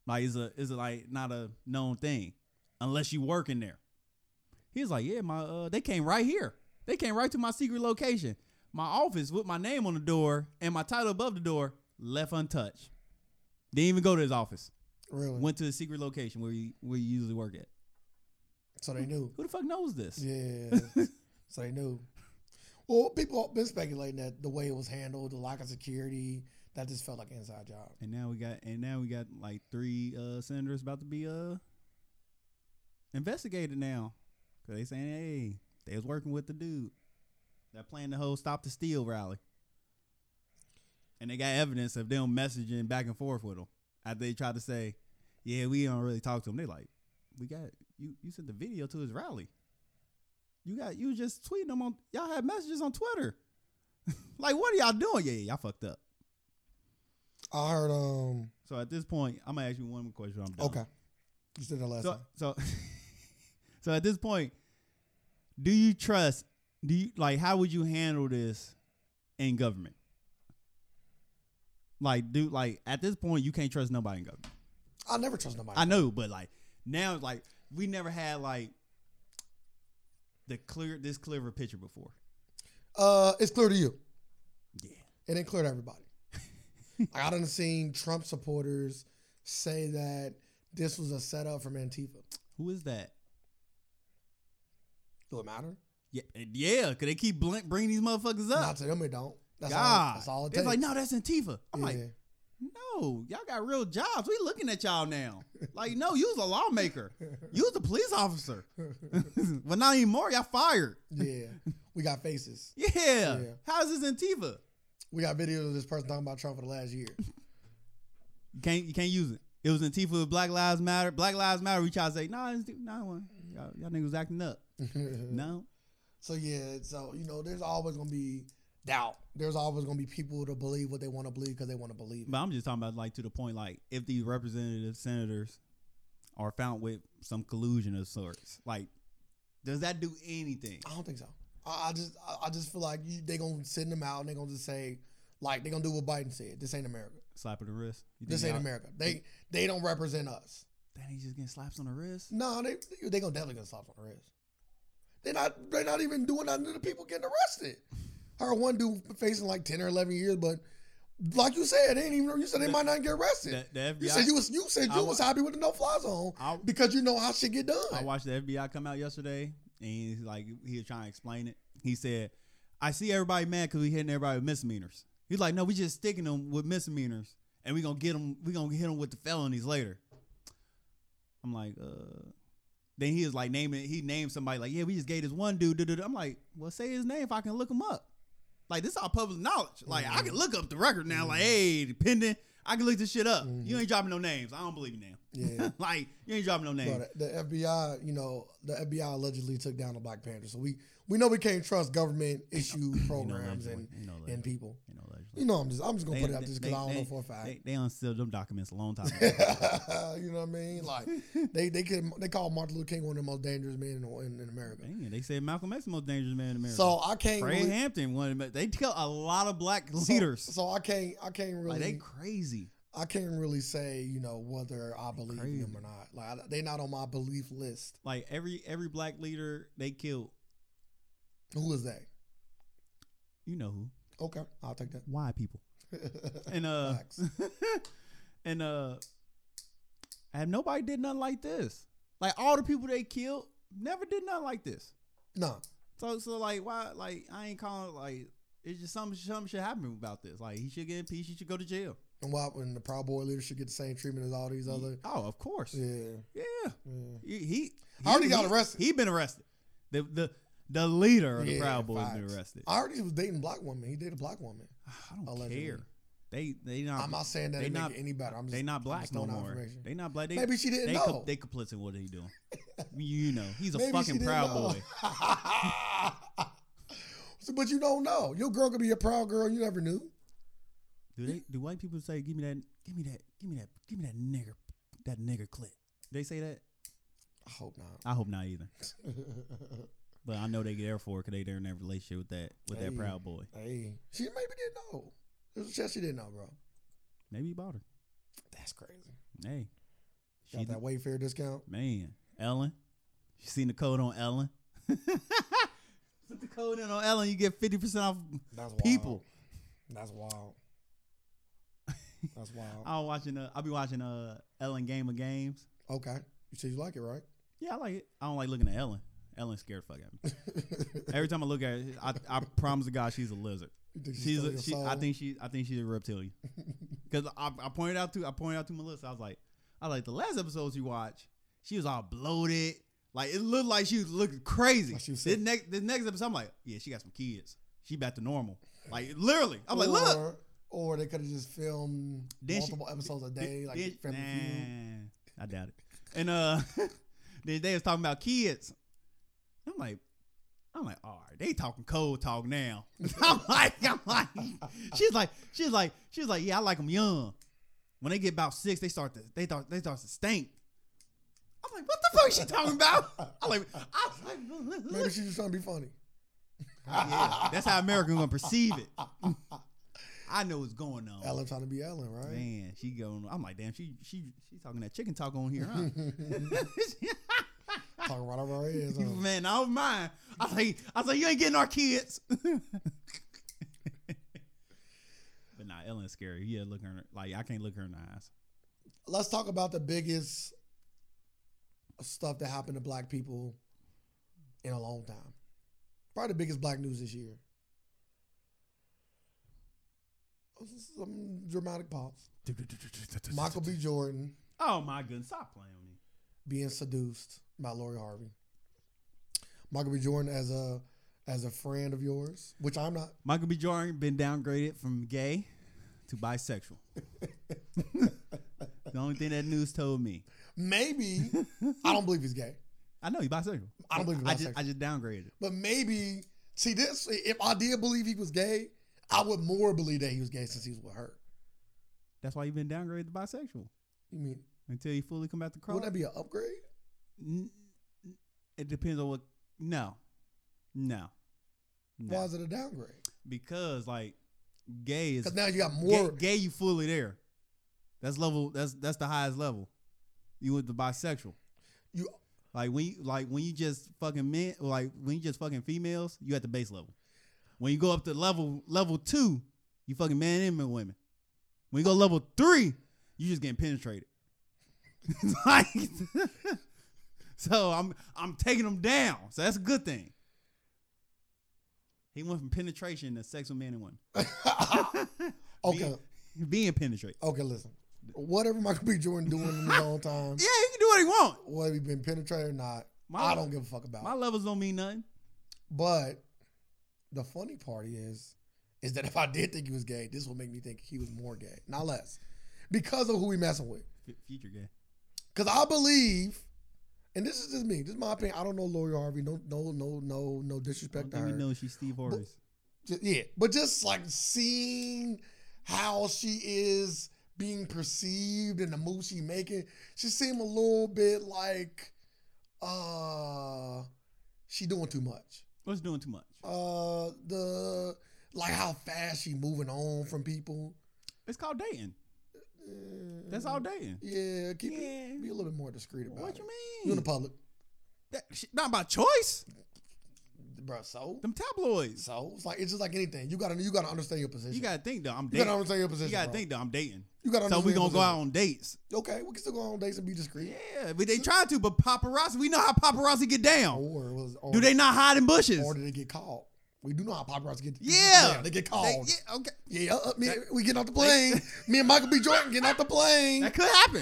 Like, is a is like not a known thing, unless you work in there. He's like, yeah, my uh, they came right here. They came right to my secret location, my office with my name on the door and my title above the door, left untouched. Didn't even go to his office.
Really.
Went to his secret location where you where you usually work at.
so they knew.
Who the fuck knows this?
Yeah. so they knew. Well, people have been speculating that the way it was handled, the lack of security, that just felt like an inside job.
And now we got and now we got like three uh senators about to be uh investigated now. Cause they saying, hey, they was working with the dude. That planned the whole stop the steal rally. And they got evidence of them messaging back and forth with them. After they tried to say, Yeah, we don't really talk to him. They like, We got you you sent the video to his rally. You got you was just tweeting them on y'all had messages on Twitter. like what are y'all doing? Yeah, yeah, y'all fucked up.
I heard. Um.
So at this point, I'm gonna ask you one more question. I'm done.
Okay. You said that last
So
time.
so so at this point, do you trust? Do you like? How would you handle this in government? Like, do like at this point, you can't trust nobody in government.
I never trust nobody.
I know, but like now, it's like we never had like the clear this clear of a picture before.
Uh, it's clear to you.
Yeah.
It ain't clear to everybody. like, I done seen Trump supporters say that this was a setup from Antifa.
Who is that?
Do it matter?
Yeah, yeah. Cause they keep blink, bringing these motherfuckers
Not
up.
to them, it don't. That's all.
God,
That's all it
it's
takes.
like no, that's Antifa. I'm like,
Yeah.
No, y'all got real jobs. We looking at y'all now. Like, no, you was a lawmaker. You was a police officer. well, not anymore. Y'all fired.
yeah, we got faces.
Yeah.
Yeah.
How's this Antifa?
We got videos of this person talking about Trump for the last year.
You can't you can't use it. It was Antifa with Black Lives Matter. Black Lives Matter. We try to say, nah, it's, nah, well, y'all, y'all niggas acting up. No.
So yeah, so you know, there's always gonna be doubt. There's always gonna be people to believe what they want to believe because they want to believe. it.
But I'm just talking about like to the point, like if these representative senators are found with some collusion of sorts, like does that do anything?
I don't think so. I, I just, I, I just feel like you, they gonna send them out and they gonna just say, like, they gonna do what Biden said. This ain't America.
Slap on the wrist. You
This
think
ain't
y'all-
America. They, they don't represent us.
That ain't just getting slaps on the wrist.
No, they, they gonna definitely gonna slap on the wrist. They're not, they're not even doing nothing to the people getting arrested. Her one dude facing like ten or eleven years, but like you said, they ain't even. You said they
The-
might not get arrested.
The, the FBI.
you said you was, you said
I
you
wa-
was happy with the no fly zone.
I,
because you know how shit get done.
I watched the FBI come out yesterday, and he's like, he was trying to explain it. He said, "I see everybody mad because we hitting everybody with misdemeanors." He's like, "No, we just sticking them with misdemeanors, and we gonna get them. We gonna hit them with the felonies later." I'm like, uh. Then he was like naming. He named somebody like, "Yeah, we just gave this one dude." duh, duh, duh." I'm like, "Well, say his name if I can look him up." Like this all public knowledge. Like
Mm-hmm.
I can look up the record now. Like, hey, depending, I can look this shit up.
Mm-hmm.
You ain't dropping no names. I don't believe you now.
Yeah.
like you ain't dropping no names.
But uh, the FBI, you know, the FBI allegedly took down the Black Panther. So we we know we can't trust government issue programs
allegedly.
and
You know,
and
allegedly.
people.
You know, allegedly.
You know, I'm just I'm just gonna
They-
put it out just because I don't
they-
know for a fact.
They, they unsealed them documents a long time ago.
you know what I mean? Like they they can they call Martin Luther King one of the most dangerous men in, in, in America.
Man, they said Malcolm X the most dangerous man in America.
So I can't
Fred
really,
Hampton one. of the- They tell a lot of black
so-
leaders.
So, I can't I can't really
like they crazy.
I can't really say you know whether I believe in
crazy.
them or not. Like I- they not on my belief list.
Like every every black leader they killed.
Who is they?
You know who?
Okay, I'll take that.
Why people? And uh,
Facts.
and uh, and nobody did nothing like this. Like all the people they killed never did nothing like this.
nah,
So so like why like I ain't calling like it's just something something should happen about this. Like he should get in peace. He should go to jail.
and why when the Proud Boy leader should get the same treatment as all these other?
oh, of course.
Yeah,
Yeah.
yeah.
He, he, he
I already got
he-
arrested.
He been arrested. The the the leader of the
Yeah,
Proud Boys been
facts.
arrested. I,
I already was dating a black woman. He dated a black woman.
don't
Allegedly.
care. They they not
I'm not saying that
they
it make
not-
it any better. I'm just
they not black
just
no
throwing out
more.
information.
They not black. They
maybe she didn't
they,
know.
co- they complicit in what he doing. you know he's a
Maybe she
fucking
didn't
Proud
know.
Boy.
So, but you don't know. Your girl could be a proud girl. You never knew.
Do they do white people say give me that give me that give me that give me that nigger that nigger clit? They say that.
I hope not.
I hope not either. But I know they get there for it because they they're in their relationship with that with that
Hey.
proud boy.
hey, she maybe didn't know. There's a chance she didn't know, bro.
Maybe he bought her.
That's crazy.
Hey,
Got
she
that Wayfair discount.
man Ellen. You seen the code on Ellen? Put the code in on Ellen, you get fifty percent off.
That's wild.
People.
That's wild. That's wild.
I was watching. Uh, I'll be watching uh Ellen Game of Games.
Okay. You said you like it, right?
Yeah, I like it. I don't like looking at Ellen. Ellen scared the fuck out of me. Every time I look at her, I, I promise to God she's a lizard.
You think she
She's
stole
a,
your
she, I
soul?
think she I think she's a reptilian. Cause I, I pointed out to I pointed out to Melissa, I was like, I was like the last episodes you watched, she was all bloated. Like it looked like she was looking crazy.
Like she was
the
sick.
next the next episode, I'm like, yeah, she got some kids. She back to normal. Like literally. I'm like, look.
Or- Or they could have just filmed
Then she-
multiple episodes a day, like
Then-
Family Feud.
nah, I doubt it. And uh then they was talking about kids. I'm like, I'm like, all right, they talking cold talk now. I'm like, I'm like, she's like, she's like, she's like, yeah, I like them young. When they get about six, they start to, they start, they start to stink. I'm like, what the fuck is she talking about? I'm like, I was like,
Maybe she's just trying to be funny.
yeah, that's how Americans gonna perceive it. I know what's going on.
Ellen trying to be Ellen, right?
Man, she going. I'm like, damn, she she she talking that chicken talk on here, huh?
Talking right over our heads. huh?
Man, I don't mind. I was like, I was like, you ain't getting our kids. but nah, Ellen's scary. Yeah, look her like I can't look her in the eyes.
Let's talk about the biggest stuff that happened to black people in a long time. Probably the biggest black news this year. Some dramatic pause. Michael B. Jordan
Oh my goodness, stop playing with me.
being seduced by Lori Harvey. Michael B. Jordan as a as a friend of yours, which I'm not.
Michael B. Jordan been downgraded from gay to bisexual. the only thing that news told me.
Maybe I don't believe he's gay.
I know he's bisexual.
I don't believe he's
I just
bisexual.
I just downgraded. it.
But maybe see this. If I did believe he was gay, I would more believe that he was gay since he was with her.
That's why you've been downgraded to bisexual
You mean
until you fully come out the crawl.
wouldn't that be an upgrade?
N- n- it depends on what. No, no, no.
Why is it a downgrade?
because like gay is
Because now you got more.
gay, gay. You fully there. That's level. That's that's the highest level. You went to bisexual.
You
Like when you like when you just fucking men. Like when you just fucking females. You at the base level. When you go up to level level two, you fucking man and women. When you go level three, you just getting penetrated. like, so I'm I'm taking them down. So that's a good thing. He went from penetration to sex with men and women.
okay.
Being, being penetrated.
Okay. Listen. Whatever Michael B. Jordan doing in his own time,
Yeah, he can do what he want.
whether he been penetrated or not,
My-
I don't give a fuck about.
My levels don't mean nothing.
But the funny part is, is that if I did think he was gay, this would make me think he was more gay, not less, because of who he messing with.
F- future gay.
Because I believe, and this is just me, this is my opinion. I don't know Lori Harvey. No, no, no, no, no
I don't
disrespect to
think we
her.
know she's Steve Harvey's.
Ju- yeah, but just like seeing how she is being perceived and the moves she making, she seemed a little bit like, uh, she doing too much.
What's doing too much?
Uh, the like how fast she moving on from people.
It's called dating. That's all
Mm-hmm.
dating.
Yeah, keep
Yeah.
it. Be a little bit more discreet about
What
it.
you
You in
mean?
the public.
That- she- not by choice.
bro. So,
Them tabloids.
so it's like it's just like anything. You gotta you gotta understand your position.
You gotta think though. I'm
You gotta
dating.
understand your
You
position.
gotta
bro.
think though. I'm dating.
You gotta
So
understand
we
your
gonna go
position.
out on dates.
Okay, we can still go on dates and be discreet.
Yeah, but they tried to. But paparazzi, we know how paparazzi get down.
Or was or,
Do they not hide in bushes?
or did they get caught? We do know how paparazzi get.
Yeah.
they get
They-
called.
yeah, okay,
yeah, uh, me, we getting off the plane. me and Michael B. Jordan getting off the plane.
that could happen.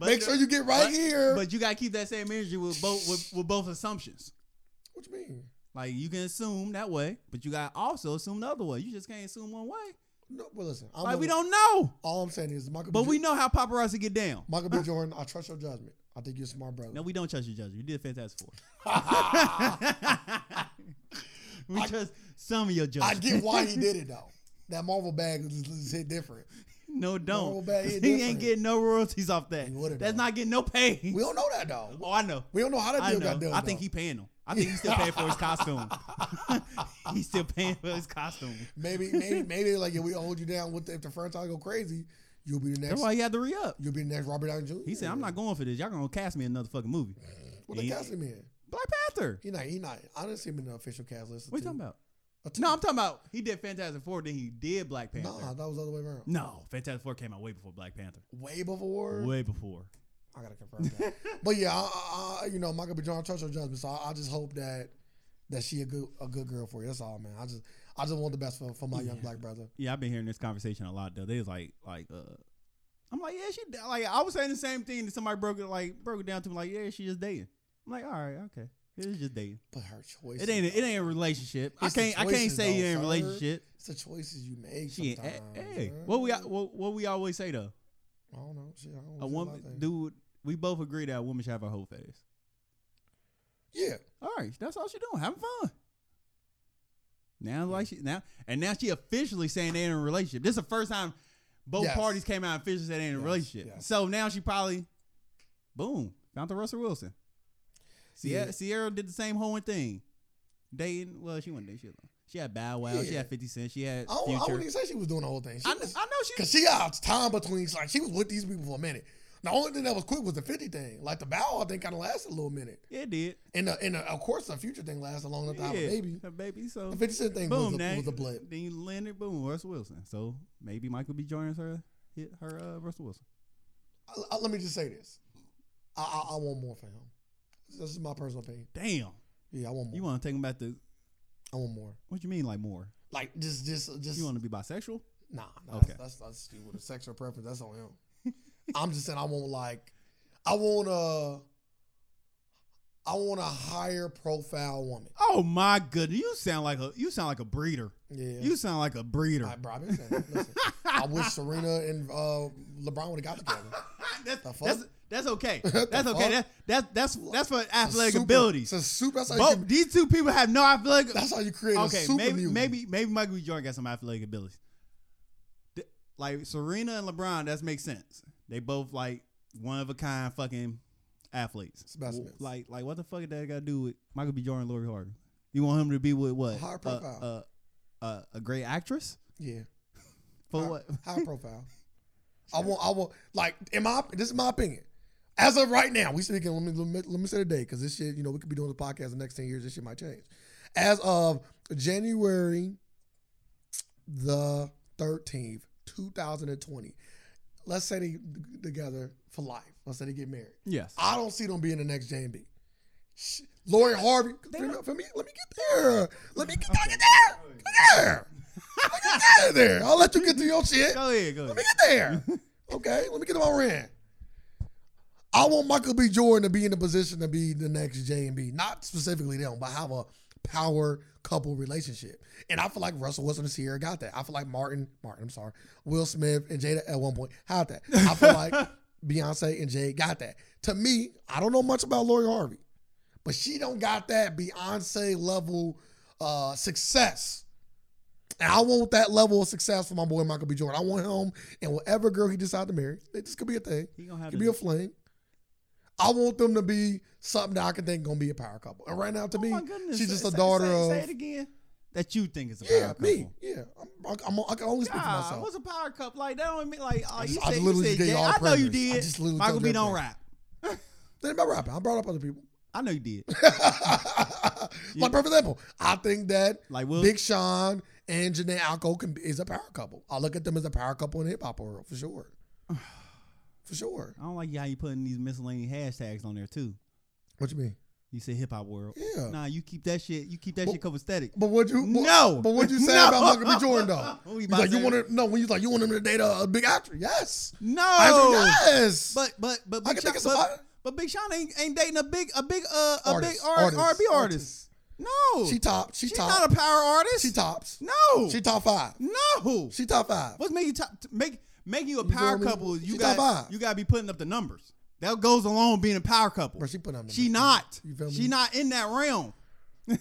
Make sure you get right
but-
here.
but you gotta keep that same energy with both with, with both assumptions.
what you mean?
Like you can assume that way, but you gotta also assume the other way. You just can't assume one way.
No, but listen, I'm
Like we don't
only-
know,
All I'm saying is Michael.
but
B.
we
Jo-
know how paparazzi get down.
Michael B. Jordan. I trust your judgment. I think you're a smart brother.
No, we don't trust your judgment. You did fantastic
I
for. we
I-
trust some of your judgment.
get why he did it though. That Marvel bag is, is hit different.
No,
we'll
don't.
bet it
he
different.
ain't getting no royalties off that.
He would've
That's
done.
not getting no pay.
We don't know that though.
oh, I know.
We don't know how that
I
deal
know.
got done.
I think
though.
he paying them. I think he's still paying for his costume. he's still paying for his costume.
maybe maybe maybe like if we hold you down with the, if the franchise go crazy, you'll be the next.
That's why he had to re up.
You'll be the next Robert Downey Jr.
He said, "I'm not going for this. Y'all gonna cast me in another fucking movie."
What they
He-
casting him in?
Black Panther.
He not. He not. I didn't see him in the official cast list.
What you talking about?
about?
No, I'm talking about he did Fantastic Four, then he did Black Panther.
Nah, that was the other way around.
No, Fantastic Four came out way before Black Panther.
Way before.
Way before.
I gotta confirm that. but yeah, I, I, I- you know, Michael B. Jordan touched her judgment, so I, I just hope that that she a good a good girl for you. That's all, man. I just I just want the best for, for my young
Yeah.
black brother.
Yeah, I've been hearing this conversation a lot though. They was like, like, uh, I'm like, yeah, she da- like I was saying the same thing that somebody broke it like broke it down to me like, yeah, she just dating. I'm like, all right, okay, it's just dating.
But her choice.
It ain't it ain't a relationship. I
It's the
can't I can't
choices,
say you
though,
ain't a
sir.
relationship.
It's the choices you make.
She ain't.
sometimes,
Hey,
man.
what we what, what we always say though,
I don't know. Shit, I don't
a
feel
woman,
like that.
dude, we both agree that a woman should have her whole face.
Yeah,
All right, that's all she doing, having fun. Now, like she now, and now she officially saying they in a relationship. This is the first time both
Yes.
parties came out and officially said they in a
Yes,
relationship.
yes.
So now she probably, boom, found the Russell Wilson. Sierra,
Yeah.
Sierra did the same whole thing, dating. Well, she wasn't dating. She, was- she had Bow Wow. She
Yeah. Oh,
had Fifty Cent. She had
I, don't, I
Future.
wouldn't even say she was doing the whole thing. She
I, kn-
was,
I know she.
Cause she got time between like she was with these people for a minute. The only thing that was quick was the fifty thing. Like the bow, I think, kind of lasted a little minute.
It did.
And the, and the, of course, the future thing lasted long enough to have a
Yeah,
baby.
her baby. So
The fifty cent thing
boom.
was, a,
now,
was a blip.
Then you landed. Boom. Russell Wilson. So maybe Michael B. Jordan's her hit her uh, Russell Wilson.
I, I- let me just say this: I, I, I want more for him. This is my personal opinion.
Damn.
Yeah, I want more.
You want to take him back to
I want more.
what you mean like more?
Like just, just, just.
You want to be bisexual?
nah, nah
Okay.
that's, that's that's stupid. A sexual preference. That's on him. I'm just saying. I want like, I want a, I want a higher profile woman.
Oh my goodness! You sound like a you sound like a breeder.
Yeah.
You sound like a breeder.
I, bro, I've been saying that. Listen, I wish Serena and uh, LeBron would have got together.
that's,
The fuck?
that's that's okay.
The
That's okay.
fuck?
That, that that's that's for
It's
athletic
super-
abilities.
It's a super. That's how, you,
Both these two people have no athletic.
that's how you create a
Okay,
super
maybe
mutant.
maybe maybe Michael B. Jordan got some athletic abilities. Th- Like Serena and LeBron, that makes sense. They both like one of a kind fucking athletes.
Specimens.
W- Like like what the fuck did that got to do with Michael B. Jordan, and Lori Harvey? You want him to be with what?
Higher
A-
profile.
A, a, a great actress
Yeah.
for
high,
what?
high profile. I want. I want. Like, in my this is my opinion. As of right now, we speaking. Let me let me, let me say the date because this shit. You know, we could be doing the podcast the next ten years. This shit might change. As of January the thirteenth, two thousand and twenty. Let's say they together for life. Let's say they get married.
Yes.
I don't see them being the next JMB. Sh- Lori Harvey,
They
let me,
don't-
let me let me get there. Let me get, gotta get there. Get there. Let me get out of there. I'll let you get to your shit.
Go ahead, go ahead.
Let me get there. Okay, let me get to my rent. I want Michael B. Jordan to be in the position to be the next JMB. Not specifically them, but have a power couple relationship. And I feel like Russell Wilson and Sierra got that. I feel like Martin, Martin, I'm sorry, Will Smith and Jada at one point had that. I feel like Beyonce and Jay got that. To me, I don't know much about Lori Harvey, but she don't got that Beyonce level uh, success. And I want that level of success for my boy Michael B. Jordan. I want him and whatever girl he decides to marry. This could be a thing.
He gonna have
Could
to
be a fling. I want them to be something that I can think gonna be a power couple. And right now, to
Oh
me,
my goodness.
she's just
say-
a
say-
daughter
say, Say
of-
it again. That you think is a
yeah,
power
me,
couple.
yeah. I'm, I'm, I can only speak for
God,
myself.
what's a power couple like? That don't mean like oh,
I
you
just- I
said you
literally
said
gave
Jay.
all
I know you
premise. I
did.
just literally
Michael
told
B
you
don't
everything.
rap.
That ain't about rapping. I brought up other people.
I know you did.
I Like perfect example, I think that
Like Will,
Big Sean and Janae Alco can is a power couple. I look at them as a power couple in the hip hop world for sure, for sure.
I don't like how you putting these miscellaneous hashtags on there too.
What you mean?
You say hip hop world.
Yeah,
Nah, you keep that shit. You keep that
Well,
shit covered static.
but what you what-
no.
But what you say
No.
about Michael B. Jordan though?
What you
He's
about
like
to
you
say?
want to no when you like you want him to date a, a big actor. Yes, I said
No.
yes.
But but but
I
Big
can
Sean,
think of
but,
somebody.
but Big Sean ain't, ain't dating a big a big uh a
Artist,
big R
artist,
and B artist.
artist.
No,
She top. She
she's
top.
not a power artist.
she tops.
no,
She top five.
no.
She top five.
What's making you top, t- make make you a
You feel
power
me?
couple? Is
She
you got
top five.
you got to be putting up the numbers. That goes along being a power couple.
Bro, she put on. the
She
numbers.
not.
You feel me?
She not in that realm.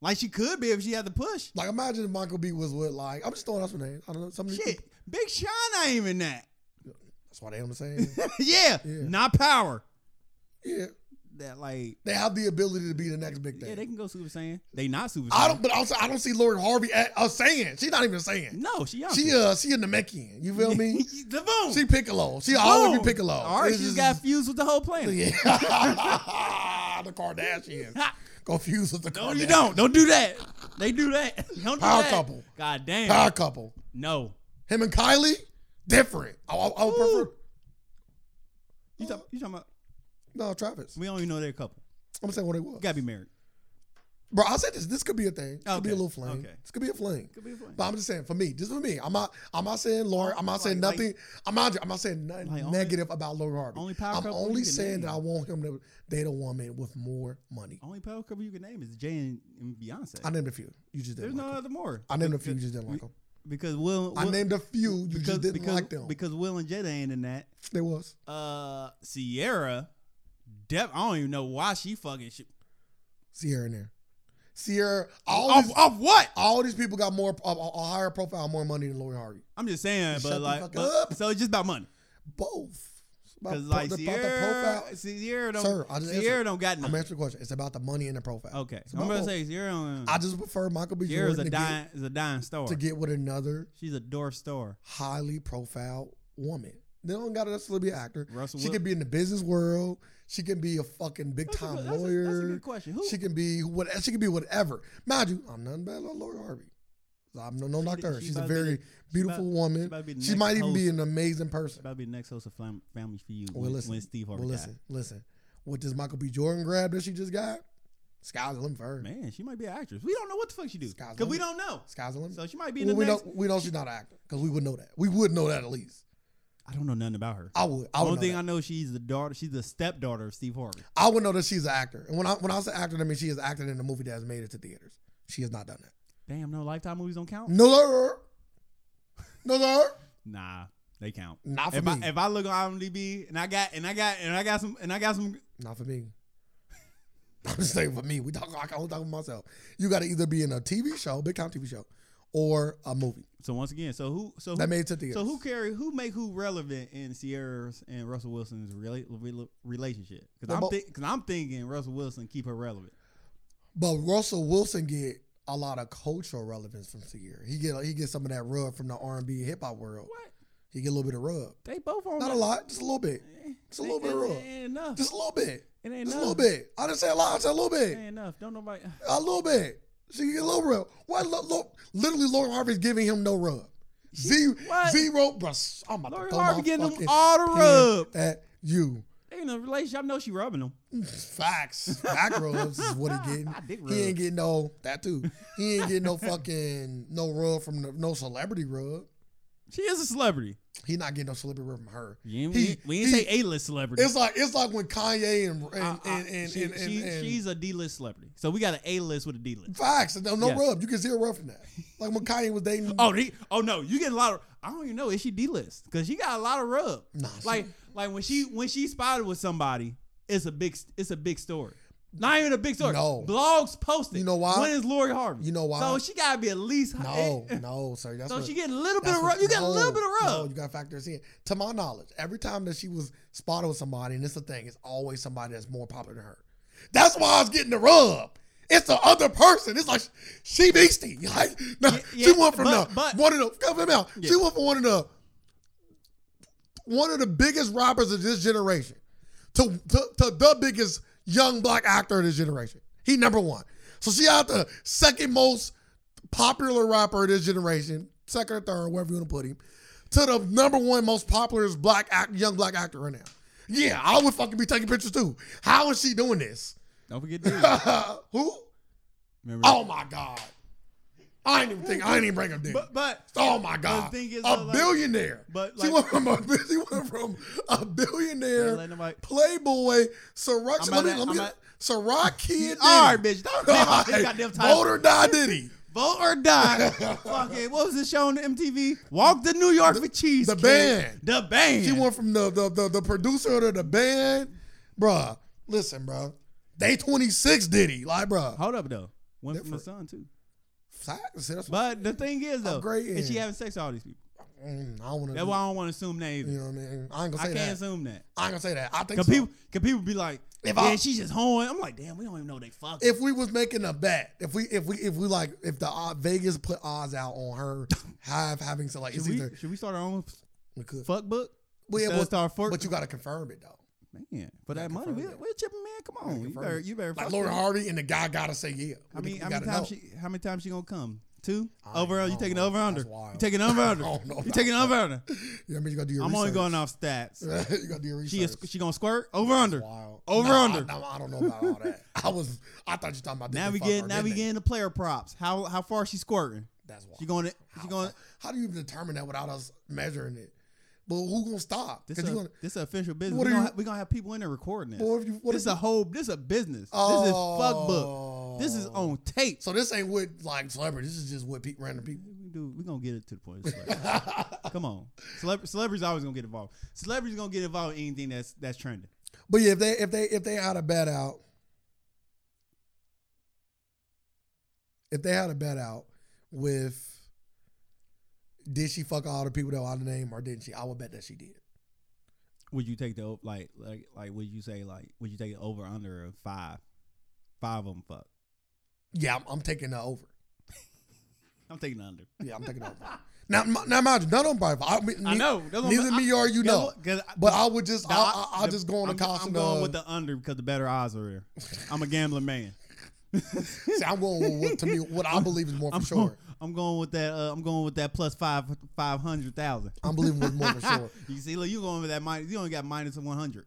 like she could be if she had to push.
Like imagine if Michael B was with like I'm just throwing out some names. I don't know some of these
Shit,
people.
Big Sean ain't even that.
That's why they on the same.
yeah,
Yeah.
not power.
yeah,
That like
they have the ability to be the next big thing.
yeah, they can go Super Saiyan. They not Super Saiyan.
I don't, but also I don't see Lori Harvey at, uh, saying. She's not even saying.
No, she out
She
there.
uh she a Namekian. You feel me?
Devon.
She Piccolo. She always
Boom.
be Piccolo.
All right,
It's
she's
just-
got fused with the whole planet.
yeah. the Kardashians. Confused with the
No,
Kardashians.
you don't. Don't do that. They do that. Don't do
Power
that.
couple.
God damn.
Power couple.
No.
Him and Kylie, different. I, I, I would prefer.
Ooh. You, talk, you talking about?
No, Travis.
We don't even know they're a couple.
I'm saying what they was.
You gotta be married.
Bro, I said this. This could be a thing. This could be a
Okay.
little fling.
Okay.
This could be a fling.
Could be a flame.
But I'm just saying, for me, just for me, I'm not, I'm not saying Lauren, I'm not saying
Like-
nothing, I'm not, I'm not saying nothing
Like only-
negative about Lori Harvey.
only power
I'm
couple
only
you can
saying
name.
that I want him to date a woman with more money.
Only power couple you can name is Jay and, and Beyonce.
I named a few. You just
There's
didn't.
no
Like them.
other more.
I named a
Because-
few. You just didn't like them.
Because Will,
I
Will-
named a few. You
because,
just didn't
because,
like them.
because Will and Jada ain't in that.
there was.
Uh, Sierra, Def, I don't even know why she fucking. Sh-
Sierra in there. Sierra, all
of,
these,
of what?
all these people got more a, a higher profile, more money than Lori Harvey.
I'm just saying,
Shut
but
the
like,
fuck
but,
up.
so it's just about money.
Both. It's about
Because
pro-
like
the- about
Sierra,
the
Sierra don't,
Sir, I just
Sierra
answered.
don't got
I'm
nothing.
answering the question. It's about the money and the profile.
Okay,
It's
I'm
about
gonna
both.
say Sierra. Don't,
I just prefer Michael B.
Sierra's
Jordan
a
to get-
dying, is a dying star.
to get with another
She's a door star.
highly profiled woman. They don't gotta necessarily be an actor.
Russell,
She
Wil-
can be in the business world. She can be a fucking big
That's a
time
good- that's a-
lawyer.
That's a, good question. Who?
She can be what she can be whatever. Mind you, I'm nothing bad about Lori Harvey. I'm no, no
She-
knock to her.
she
She's a
about to be
very
the-
beautiful
about- she
woman.
about to be the
She,
next
might even be
host.
an amazing person.
about to be the next host of Flam- Family Feud
Well,
when,
listen.
when Steve Harvey
Well, listen, listen. What this Michael B. Jordan grab that she just got? Sky's the limit for her.
died. Man, she might be an actress. We don't know what the fuck she do
Sky's
because we
limit.
don't know.
Sky's the limit.
So she might be in
well, we
the next.
know we know she's not an actor because we would know that. We would know that at least.
I don't know nothing about her.
I would. I
The
would
Only
know
thing
that.
I know she's the daughter. She's the stepdaughter of Steve Harvey.
I would know that she's an actor. And when I when I say actor, I mean she has acted in a movie that has made it to theaters. She has not done that.
Damn, no Lifetime movies don't count.
No, sir. No, sir.
Nah, they count.
Not for
If
me.
I, if I look on IMDb and I got and I got and I got some and I got some.
not for me. I'm just saying for me. We talk. I can only talk for myself. You got to either be in a TV show, big time TV show, or a movie
So once again, so who so
that
who,
made it to theaters.
so who carry who make who relevant in Sierra's and Russell Wilson's rela- rela- relationship? Because
They're
I'm
both-
because I'm thinking Russell Wilson keep her relevant.
But Russell Wilson get a lot of cultural relevance from Sierra. He get he get some of that rub from the R and B hip hop world.
What?
He get a little bit of rub.
They both on
Not a lot, just a little bit,
It's
a little bit raw.
It ain't enough.
just a little bit,
it ain't
just
enough.
a little bit. I didn't say a lot. I said a little
It
bit.
ain't enough. Don't nobody.
A little bit. She get a little rub. Why? Lo, lo, literally, Lauren Harvey's giving him no rub. Zero,
what?
zero, bro. I'm about
Lori
to throw
Harvey
my
getting them
fucking
all the
pen
rub.
at you.
They in a relationship. I know she rubbing them.
Facts. Back rubs is what he getting.
I dick rub.
He ain't getting no that too. He ain't getting no fucking no rub from the, no celebrity rub.
She is a celebrity.
He not getting no celebrity rub from her.
You ain't-
He-
we ain't, we ain't
he-
say A list celebrity.
It's like it's like when Kanye and and
I- I-
and, and,
Uh-uh. she-
and, and,
she-
and-
she's a D list celebrity. So we got an A list with a D list.
facts. No, no
Yes.
rub. You get zero rub from that. Like when Kanye was dating.
Oh, they, oh no, you get a lot of. I don't even know is she D list because she got a lot of rub.
Nah, she-
like like when she when she spotted with somebody, it's a big it's a big story. Not even a big story.
No.
blogs posted.
You know why?
When is Lori Harvey?
You know why?
So she gotta be at least eh,
no, no, sir. That's
So
what,
she get a little bit
that's
of
what-
rub. You got a little
no,
bit of rub.
No, you got to factor this in. To my knowledge, every time that she was spotted with somebody, and it's the thing, it's always somebody that's more popular than her. That's why I was getting the rub. It's the other person. It's like she beastie. Like no,
yeah,
she went from
but-
the
but-
one of the come here now.
Yeah.
She went from one of the one of the biggest rappers of this generation to, to to the biggest young black actor of this generation. He number one. So she out the second most popular rapper of this generation, second or third, wherever you want to put him, to the number one most popular black act, young black actor right now. Yeah, I would fucking be taking pictures too. How is she doing this?
Don't forget Diddy.
Who?
Remember?
Oh my god! I ain't even think. I ain't even bring up Diddy.
but but
Oh my god!
the thing is,
a
though, like-
billionaire.
but
she
like-
went from a she went from a
Don't
billionaire
let nobody-
playboy Ciroc.
I'm at
Let me
that-
let me
I'm
get
at-
Ciroc Kid.
All right,
Diddy.
bitch. Don't take off this
Alright,
goddamn title.
Vote or die Diddy.
Vote or die. Fucking what was the show on the MTV? Walk to New York for cheese.
the
kid.
band.
The band.
She went from the the, the the producer to the band, bruh. Listen, bruh. Day twenty six Diddy, like bruh.
Hold up though. Went from the
Different.
son too.
Facts, that's what-
But the thing is though,
Upgrading.
is she having sex with all these people?
Mm, I don't want
That's why
to.
I don't want to assume names.
You know what I mean? I ain't
I
gonna say
can't
that.
assume that.
I ain't gonna say that. I think
Cause
so.
people, cause people be like,
If
yeah,
I-
she's just hoeing. I'm like, damn, we don't even know they fuck.
if we was making a bet, if we if we if we like if the odd Vegas put odds out on her have having so like
should
it's
we,
either
should we start our own f-
we could,
fuck book?
Well, yeah,
Instead of
but-
start fork-
but you gotta confirm it though.
man for that money.
confirm
We,
that.
we're chipping, man. Come on, you
confirm
better,
it.
you better.
Like
fuck
Lauren
book.
Harvey and the guy gotta say yeah.
I
We-
mean,
we
how
gotta
many times
know.
she? How many times she gonna come? Two
I don't
over? You
know,
taking
bro.
over under?
That's
You
wild.
taking over
I
under?
don't know
You
about
taking over under?
You know what I mean? You gotta do your
I'm only
research.
going off stats.
you gotta do your research.
She is. She gonna squirt over
That's
under.
wild.
Over,
Nah,
under.
I, nah, I don't know about all that. I was I thought you were talking about
Now
Disney
we
fuck
get.
her,
Now we
didn't they?
getting the player props. How how far she squirting?
that's wild.
She going. to
how,
She going.
how do you even determine that without us measuring it? But who gonna stop?
This
Because you
a,
gonna
this a official business.
What
We're
are
gonna,
you-
ha- we gonna have people in there recording this.
Well, if you, what
this
if
a whole. This a business. This is fuck book. This is
Oh.
on tape.
So this ain't with like celebrities. This is just with pe- random people.
We do. We gonna get it to the point. It's like- Come on, Celeb- celebrities always gonna get involved. Celebrities gonna get involved in anything that's that's trending.
but yeah, if they if they if they had a bet out, if they had a bet out with, did she fuck all the people that were on the name or didn't she? I would bet that she did.
Would you take the o- like like like? Would you say like? Would you take it over under of five? Five of them fuck.
Yeah, I'm, I'm taking the over.
I'm taking the under.
Yeah, I'm taking the over. Now, m- now, mind you, none of them probably. I, mean,
I
ne-
know. That's what I'm-
Neither
I-
me or you
guess
know.
what? 'Cause I-
But I would just, I,
Now,
I, I'll
the-
just go on the
I'm,
costume.
I'm going
of-
with the under because the better odds are here. I'm a gambling man.
See, I'm going with what to me what I believe is more for
I'm
sure.
going, I'm going with that. Uh, I'm going with that plus five five hundred thousand.
I'm believing what's more for sure.
You see, look, you going with that minus. You only got minus one hundred.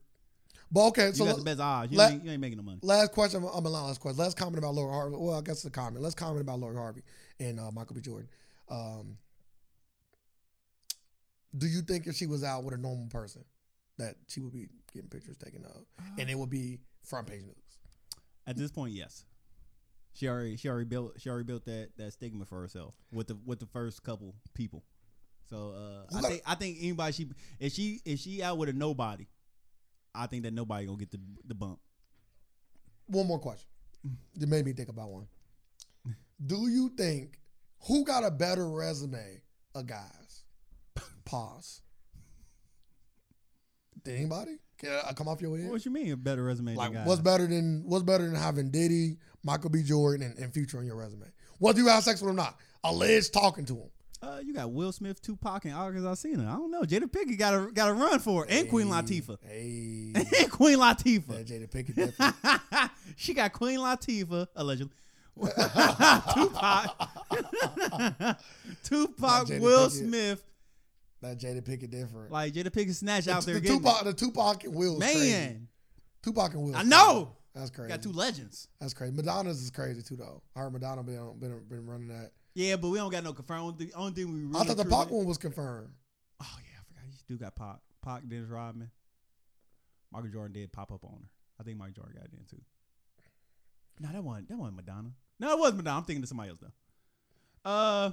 But okay,
You
so
got
let-
the best odds. You,
let-
ain't, you ain't making no money.
last question. I'm mean, not last question. Last comment about Lori Harvey. Well, I guess it's a comment. Let's comment about Lori Harvey and uh, Michael B. Jordan. Um, do you think if she was out with a normal person, that she would be getting pictures taken of, and it would be front page news?
At this point, yes. She already she already built she already built that that stigma for herself with the with the first couple people. So uh,
You
I
got-
think I think anybody she if she if she out with a nobody, I think that nobody gonna get the the bump.
One more question. It made me think about one. Do you think who got a better resume of guys? Pause. Did anybody? Can I come off your head?
What you mean a better resume? than
like
guys?
what's better than what's better than having Diddy, Michael B. Jordan, and, and Future on your resume? Whether you have sex with him or not, alleged talking to him.
Uh, you got Will Smith, Tupac, and August Alsina. I don't know. Jada Pinkett got a got a run for it, and Queen
Hey,
Latifah,
Hey,
and Queen
that
Latifah.
Jada Pinkett. different.
she got Queen Latifah allegedly. Tupac, Tupac,
Jada
Will
Pinkett.
Smith,
That Jada Pinkett different.
like Jada Pinkett snatch out
the,
there.
the
getting
Tupac, the Tupac and Will.
it.
is crazy.
man,
Tupac and Will.
I
is
know.
crazy. That's crazy.
got two legends.
That's crazy. Madonna's is crazy too, though. I heard Madonna been on- been been running that.
Yeah, but we don't got no confirmed. The only thing we really
I thought the
truly-
Pac one was confirmed.
Oh yeah, I forgot. You do got Pac, Pac, Dennis Rodman, Michael Jordan did pop up on her. I think Michael Jordan got it in too. No, that wasn't that wasn't Madonna. No, it was Madonna. I'm thinking of somebody else though. Uh,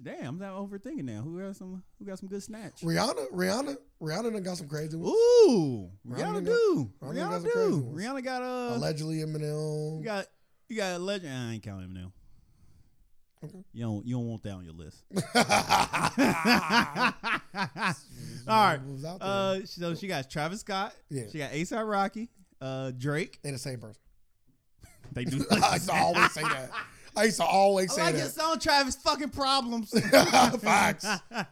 damn, I'm not overthinking now. Who got some? Who got some good snatch?
Rihanna, Rihanna, Rihanna done got some crazy ones.
Ooh,
Rihanna
Rihanna
got-
do.
Rihanna got
Rihanna
some crazy
do.
ones.
Rihanna got uh,
Allegedly Eminem.
you got you got a legend. I ain't counting him now.
Okay.
You don't you don't want that on your list.
All
All right.
Was out there.
Uh, so she got Travis Scott.
Yeah.
She got ASAP Rocky. Uh, Drake.
they the same person.
They do.
I always say that. I used to always
I
say
like
that.
your song, Travis. Fucking problems.
Facts.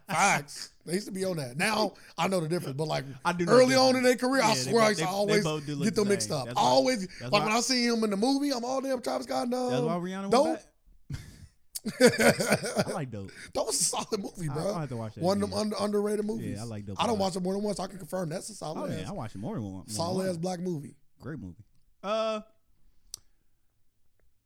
Facts. They used to be on that. Now I know the difference, but like
I do know
early
the
on
difference.
in their career, I
Yeah, they
swear
bo-
I used
they-
to
they
always
both do look
get them
the
mixed
same.
up.
That's
I
why-
always
that's
like
why-
when I see him in the movie, I'm all damn Travis Scott. No,
That's why Rihanna went
dope.
back.
that
I like dope.
was a solid movie,
I, I'll
bro.
have to watch that.
One of them
again.
under, underrated movies.
Yeah, I like dope.
I
a
don't
lot.
watch it more than once. I can confirm that's a
Oh
solid
yeah,
ass,
I watch it more than one. one
solid
time.
ass black movie.
Great movie. Uh,